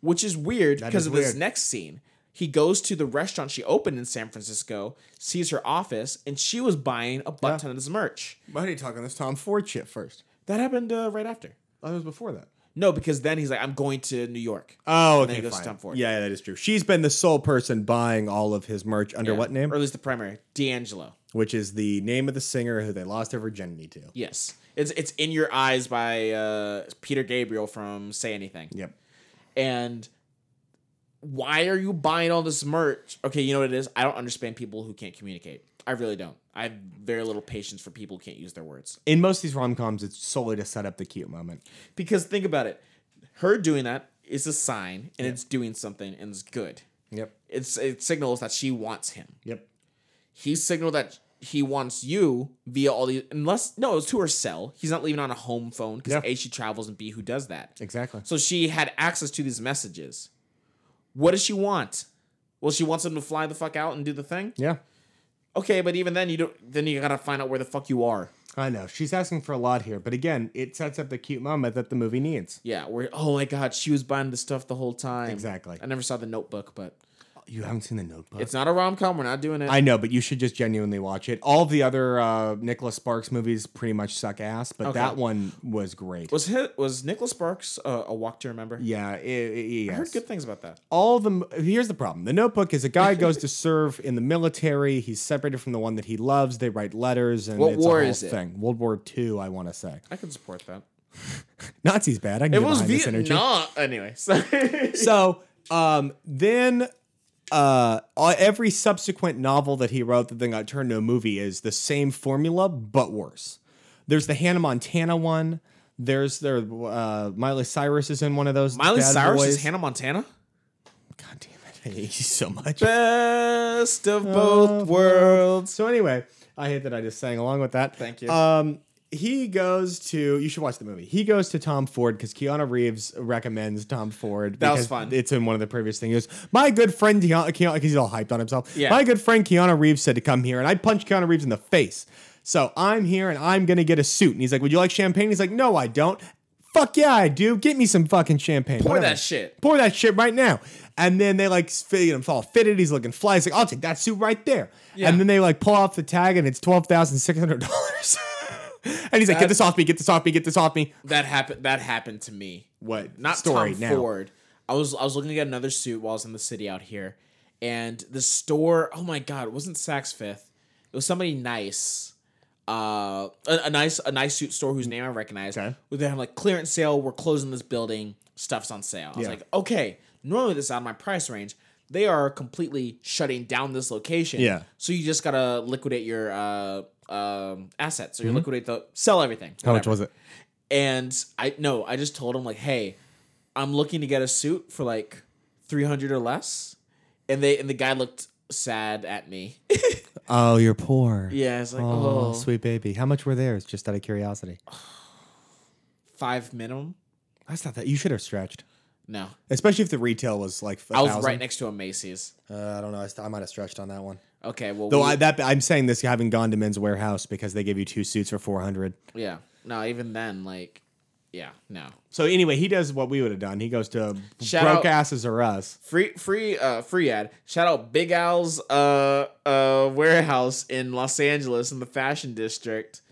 A: which is weird because
B: is
A: of this
B: weird.
A: next scene. He goes to the restaurant she opened in San Francisco, sees her office, and she was buying a butt ton of his merch.
B: Why are you talking this Tom Ford shit first?
A: That happened uh, right after.
B: Oh, it was before that.
A: No, because then he's like, "I'm going to New York."
B: Oh,
A: then
B: okay,
A: he goes to
B: fine.
A: Tom Ford.
B: Yeah, yeah, that is true. She's been the sole person buying all of his merch under what name?
A: Or at least the primary, D'Angelo.
B: Which is the name of the singer who they lost their virginity to.
A: Yes, it's it's in your eyes by uh, Peter Gabriel from Say Anything.
B: Yep.
A: And why are you buying all this merch? Okay, you know what it is. I don't understand people who can't communicate. I really don't. I have very little patience for people who can't use their words.
B: In most of these rom coms, it's solely to set up the cute moment.
A: Because think about it, her doing that is a sign, and it's doing something, and it's good.
B: Yep.
A: It's it signals that she wants him.
B: Yep.
A: he signaled that he wants you via all these unless no it's to her cell he's not leaving on a home phone because
B: Yeah.
A: a she travels and b who does that
B: Exactly.
A: so she had access to these messages what does she want well she wants him to fly the fuck out and do the thing
B: Yeah.
A: okay but even then you don't then you gotta find out where the fuck you are
B: I know. She's asking for a lot here, but again, it sets up the cute moment that the movie needs.
A: yeah where oh my god she was buying the stuff the whole time
B: Exactly.
A: i never saw the notebook but
B: You haven't seen the notebook.
A: it's not a rom-com we're not doing it
B: I know, but you should just genuinely watch it. All the other uh, Nicholas Sparks movies pretty much suck ass, but that one was great.
A: was hit was nicholas sparks uh, a walk to remember
B: yeah, i- i- yes.
A: i heard good things about that
B: all the m- here's the problem the notebook is a guy goes to serve in the military he's separated from the one that he loves they write letters and
A: What
B: it's
A: war
B: a whole
A: is it?
B: thing world war ii i want to say
A: i can support that
B: nazi's bad i can
A: It
B: get
A: was
B: behind this energy
A: Vietnam. Anyway, so
B: so um then uh all- every subsequent novel that he wrote that then got turned into a movie is the same formula but worse there's the hannah montana one there's there uh miley cyrus is in one of those
A: Miley
B: bad
A: Cyrus
B: boys.
A: is Hannah Montana.
B: god damn it i hate you so much
A: Best of both worlds.
B: So anyway, I hate that I just sang along with that.
A: Thank you.
B: Um, he goes to you should watch the movie. He goes to Tom Ford because Keanu Reeves recommends Tom Ford.
A: That was
B: because
A: fun.
B: It's in one of the previous things. He goes, My good friend Keanu, because he's all hyped on himself.
A: Yeah.
B: My good friend Keanu Reeves said to come here, and I punched Keanu Reeves in the face. So I'm here and I'm gonna get a suit. And he's like, Would you like champagne? He's like, No, I don't. Fuck yeah, I do. Get me some fucking champagne.
A: Pour
B: whatever.
A: that shit.
B: Pour that shit right now. And then they like fit him, fall fitted. He's looking fly. He's like, I'll take that suit right there.
A: Yeah.
B: And then they like pull off the tag and it's twelve thousand six hundred dollars. and he's like, get
A: That-
B: this off me, get this off me, get this off me.
A: That happened. That happened to me.
B: What
A: Not
B: story
A: Tom
B: now?
A: Ford. I was I was looking at another suit while I was in the city out here, and the store. Oh my god, it wasn't Saks Fifth. It was somebody nice. Uh, a, a nice a nice suit store whose name I recognize.
B: Okay.
A: Where They have like clearance sale. We're closing this building. Stuff's on sale. I was
B: Yeah.
A: like, okay. Normally this is out of my price range. They are completely shutting down this location.
B: Yeah.
A: So you just gotta liquidate your uh um assets. So you liquidate the sell everything.
B: Mm-hmm. How much
A: whatever.
B: was it?
A: And I no, I just told him like, hey, I'm looking to get a suit for like three hundred or less. And they and the guy looked sad at me.
B: Oh, you're poor.
A: yeah, it's like,
B: Oh,
A: oh,
B: sweet baby. How much were theirs? Just out of curiosity.
A: five minimum.
B: That's not that. You should have stretched.
A: No,
B: Especially if the retail was like a
A: I was
B: thousand.
A: right next to a Macy's.
B: Uh, I don't know. I, st- I might have stretched on that one.
A: Okay, well,
B: Though
A: we-
B: I, that I'm saying this having gone to Men's Warehouse because they give you two suits for four hundred.
A: yeah, no, even then, like, yeah, no,
B: So anyway, he does what we would have done. He goes to
A: Shout
B: broke
A: out-
B: asses or us.
A: free, free, uh, free ad. Shout out Big Al's uh, uh, warehouse in Los Angeles in the fashion district.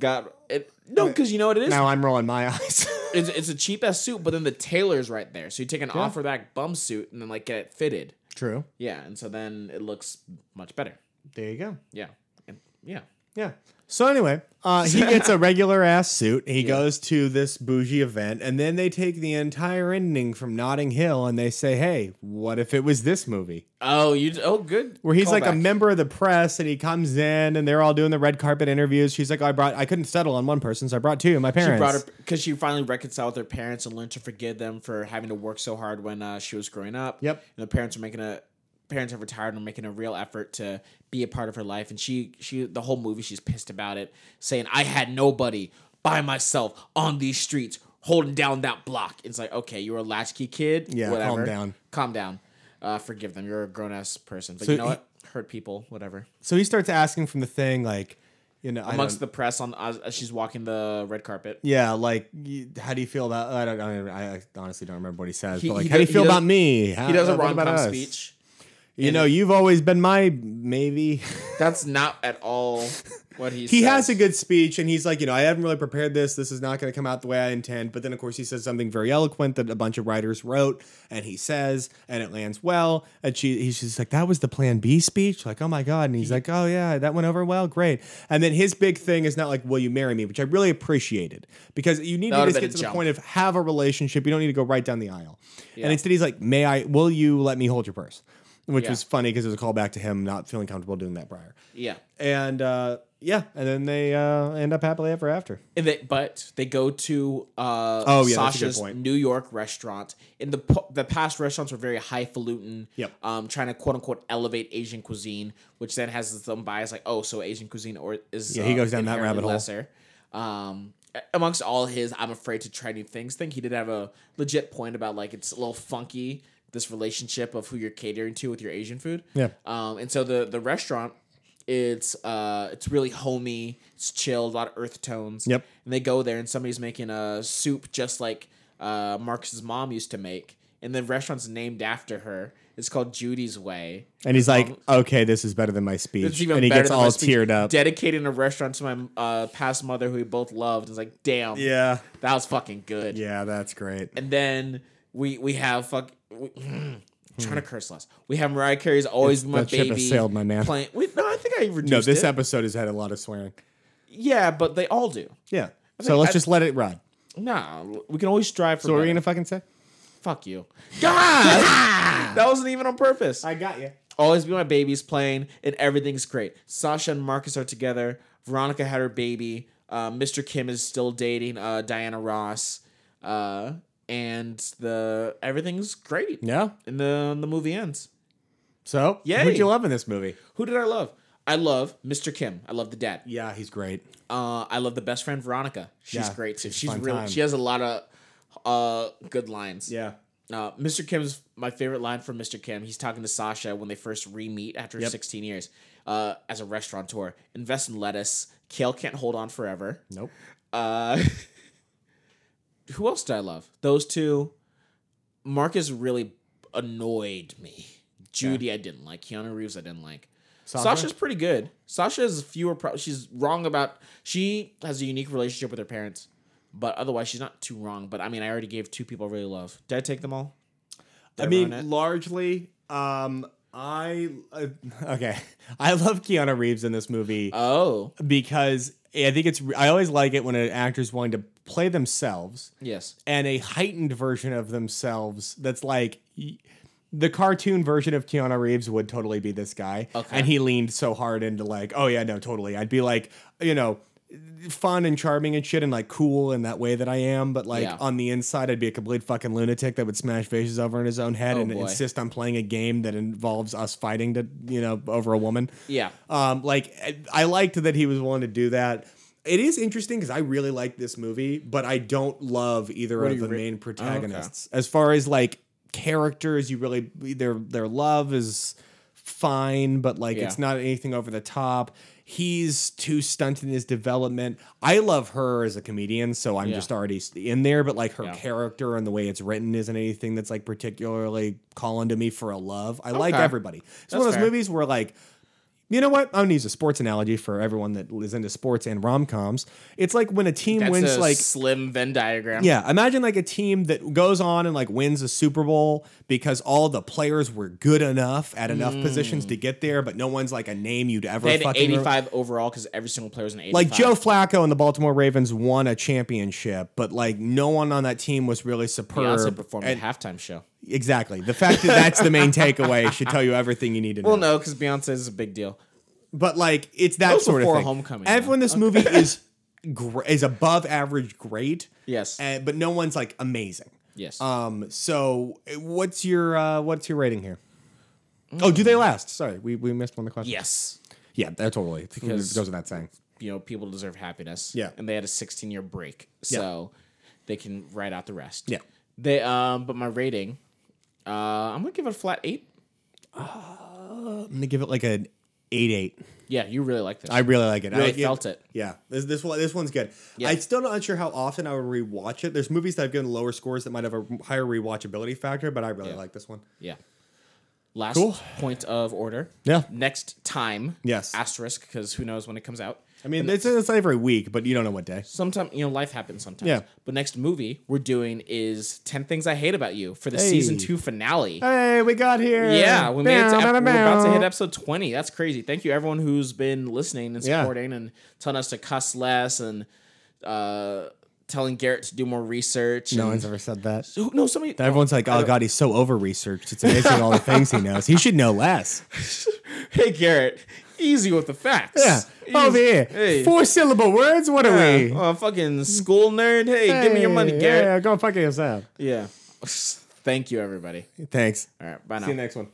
A: Got it? No, because you know what it is.
B: Uh, Now I'm rolling my eyes.
A: it's, it's a cheap ass suit, but then the tailor's right there. So you take an off offer that bum suit and then like get it fitted.
B: True.
A: Yeah, and so then it looks much better.
B: There you go.
A: Yeah, and, yeah.
B: Yeah. So anyway, uh, he gets a regular ass suit. He goes to this bougie event, and then they take the entire ending from Notting Hill, and they say, "Hey, what if it was this movie?"
A: Oh, you? Oh, good.
B: Where he's like a
A: callback.
B: member of the press, and he comes in, and they're all doing the red carpet interviews. She's like, "I brought, I couldn't settle on one person, so I brought two, my parents."
A: She brought her because she finally reconciled with her parents and learned to forgive them for having to work so hard when uh, she was growing up.
B: Yep.
A: And the parents are making a parents have retired and are making a real effort to be a part of her life. And she she the whole movie she's pissed about it, saying I had nobody by myself on these streets holding down that block. It's like okay, you're a latchkey kid.
B: Yeah, calm down.
A: Calm down. Uh, forgive them. You're a grown ass person. But
B: So
A: you know
B: he-
A: what? Hurt people. Whatever.
B: So he starts asking from the thing, like, you know,
A: Amongst
B: amongst
A: the press on as, as she's walking the red carpet.
B: yeah, like, you- how do you feel about? I don't, I, I honestly don't remember what he says,
A: He-
B: but like,
A: he
B: how do you
A: does- he
B: feel
A: does-
B: about me? How, uh,
A: He does a
B: what
A: rom
B: about
A: com
B: us?
A: speech.
B: You know, you've always been my maybe.
A: That's not at all what he.
B: he
A: says.
B: has a good speech, and he's like, you know, I haven't really prepared this. This is not going to come out the way I intend. But then, of course, he says something very eloquent that a bunch of writers wrote, and he says, and it lands well. And she, he's just like, that was the Plan B speech. Like, oh my god. And he's like, oh yeah, that went over well, great. And then his big thing is not like, will you marry me, which I really appreciated because you need
A: That
B: to
A: would've
B: just
A: been
B: get
A: a
B: to the
A: jump.
B: point of have a relationship. You don't need to go right down the aisle.
A: Yeah.
B: And instead, he's like, may I? Will you let me hold your purse? Which
A: Yeah.
B: was funny because it was a callback to him not feeling comfortable doing that prior
A: yeah,
B: and uh, yeah, and then they uh, end up happily ever after.
A: and they, but they go to uh,
B: Oh, yeah, that's a good
A: Sasha's
B: point.
A: New York restaurant. In the po- the past restaurants were very highfalutin.
B: Yep.
A: Um, trying to quote unquote elevate Asian cuisine, which then has its own bias. Like, oh, so Asian cuisine or is
B: Yeah, he
A: uh,
B: goes down that
A: inherently
B: rabbit hole.
A: Lesser. Um. Amongst all his, I'm afraid to try new things. Thing he did have a legit point about like it's a little funky this relationship of who you're catering to with your Asian food.
B: Yeah.
A: Um, and so the the restaurant, it's uh, it's really homey, it's chilled, a lot of earth tones.
B: Yep.
A: And they go there, and somebody's making a soup just like uh, Marcus's mom used to make, and the restaurant's named after her. It's called Judy's Way.
B: And he's like, "Okay, this is better than my
A: It's
B: speech,"
A: even
B: and he
A: better
B: gets
A: than my
B: all
A: speech.
B: teared up.
A: Dedicating a restaurant to my uh, past mother, who we both loved. It's like, damn,
B: Yeah,
A: that was fucking good.
B: yeah, that's great.
A: And then we we have fuck. We, Trying to curse less. We have Mariah Carey's "Always Be My
B: Hmm. that ship has
A: Baby"
B: sailed, my man.
A: Playing. Wait, no, I think I reduced
B: No, this
A: it.
B: episode has had a lot of swearing.
A: Yeah, but they all do.
B: Yeah, so let's
A: I-
B: just let it run.
A: Nah, we can always strive for.
B: So what are
A: better.
B: you gonna fucking say?
A: Fuck you. God, that wasn't even on purpose.
B: I got you.
A: Always be my baby's playing, and everything's great. Sasha and Marcus are together. Veronica had her baby. Uh, Mr. Kim is still dating uh, Diana Ross, uh, and the everything's great.
B: Yeah.
A: And the the movie ends.
B: So yeah,
A: Yay.
B: who'd you love in this movie?
A: Who did I love? I love Mr. Kim. I love the dad.
B: Yeah, he's great.
A: Uh, I love the best friend Veronica. She's
B: Yeah,
A: great too.
B: she's a
A: She's
B: fun
A: really
B: time.
A: she has a lot of uh good lines.
B: Yeah.
A: Uh, Mr. Kim's my favorite line from Mr. Kim. He's talking to Sasha when they first re meet after 16 years uh, as a restaurateur. Invest in lettuce. Kale can't hold on forever.
B: Nope.
A: Uh, who else did I love? Those two. Marcus really annoyed me. Judy, I didn't like. Keanu Reeves, I didn't like.
B: Sasha?
A: Sasha's pretty good. Sasha has fewer problems. She's wrong about. She has a unique relationship with her parents, but otherwise she's not too wrong. But I mean, I already gave two people I really love. Did I take them all?
B: I
A: Did
B: mean,
A: ruin it?
B: largely, um, I uh, okay. I love Keanu Reeves in this movie
A: oh
B: because I think it's. I always like it when an actor's willing to play themselves
A: yes,
B: and a heightened version of themselves. That's like y- the cartoon version of Keanu Reeves would totally be this guy,
A: Okay.
B: and he leaned so hard into like, oh yeah, no, totally. I'd be like, you know. Fun and charming and shit, and like cool in that way that I am, but like
A: Yeah.
B: on the inside, I'd be a complete fucking lunatic that would smash faces over in his own head
A: Oh,
B: and
A: boy.
B: insist on playing a game that involves us fighting to, you know, over a woman.
A: yeah.
B: Um, like I- I liked that he was willing to do that. It is interesting because I really like this movie, but I don't love either
A: do
B: of
A: you Oh,
B: the
A: rate-
B: main protagonists. As far as like characters, you really their their love is fine, but like
A: Yeah.
B: it's not anything over the top. He's too stunted in his development. I love her as a comedian, so I'm
A: Yeah.
B: just already in there. But like her
A: Yeah.
B: character and the way it's written isn't anything that's like particularly calling to me for a love. I like
A: Okay.
B: everybody. It's one of
A: That's
B: those
A: fair.
B: movies where like you know what? I'm gonna use a sports analogy for everyone that is into sports and rom coms. It's like when a team
A: That's
B: wins,
A: a
B: like
A: slim Venn diagram.
B: yeah, imagine like a team that goes on and like wins a Super Bowl because all the players were good enough at enough positions to get there, but no one's like a name you'd ever
A: Mm. They had an
B: fucking re-
A: 85 overall because every single player was an 85.
B: like Joe Flacco and the Baltimore Ravens won a championship, but like no one on that team was really
A: Beyonce
B: superb.
A: performed
B: And-
A: at halftime show.
B: exactly, the fact that that's the main takeaway should tell you everything you need to know.
A: Well, no, because Beyonce is a big deal.
B: but like it's that
A: Those
B: sort of
A: before
B: thing.
A: Homecoming,
B: Everyone, in this movie is gr- is above average, great.
A: Yes.
B: and, but no one's like amazing.
A: Yes.
B: Um, so uh, what's your uh, what's your rating here? Oh, do they last? Sorry, we, we missed one of the questions.
A: yes.
B: yeah, that totally it
A: Because-
B: goes without saying.
A: You know, people deserve happiness.
B: Yeah.
A: And they had a 16 year break. So they can write out the rest.
B: Yeah.
A: They, um, but my rating, uh, I'm going to give it a flat eight.
B: I'm gonna give it like an eight eight.
A: Yeah. You really like this.
B: I really like it. I
A: Really
B: yeah,
A: felt it.
B: Yeah, this this one this one's good.
A: Yeah.
B: I'm still not sure how often I would rewatch it. There's movies that I've given lower scores that might have a higher rewatchability factor, but I really like this one.
A: yeah. Last
B: Cool.
A: point of order.
B: Yeah.
A: Next time.
B: Yes.
A: Asterisk, because who knows when it comes out.
B: I mean, it's, it's not every week, but you don't know what day.
A: Sometimes you know life happens sometimes.
B: Yeah.
A: But next movie we're doing is Ten Things I Hate About You for the
B: Hey.
A: season two finale.
B: Hey, we got here.
A: Yeah, we made it to
B: Bow,
A: ep-
B: bow,
A: we're about to
B: bow.
A: hit episode 20. That's crazy. Thank you, everyone who's been listening and
B: Yeah.
A: supporting and telling us to cuss less and uh, telling Garrett to do more research.
B: No
A: and-
B: one's ever said that.
A: Who- no, somebody.
B: Everyone's like, oh god, he's so over researched. It's amazing all the things he knows. He should know less.
A: Hey, Garrett, easy with the facts.
B: Yeah, over
A: Easy-
B: here,
A: Hey.
B: four syllable words. What are we?
A: Oh, fucking school nerd. Hey,
B: Oh,
A: give me your money,
B: Hey,
A: Garrett.
B: Yeah, go fuck yourself.
A: Yeah. Thank you, everybody.
B: Thanks.
A: All right, bye now.
B: next one.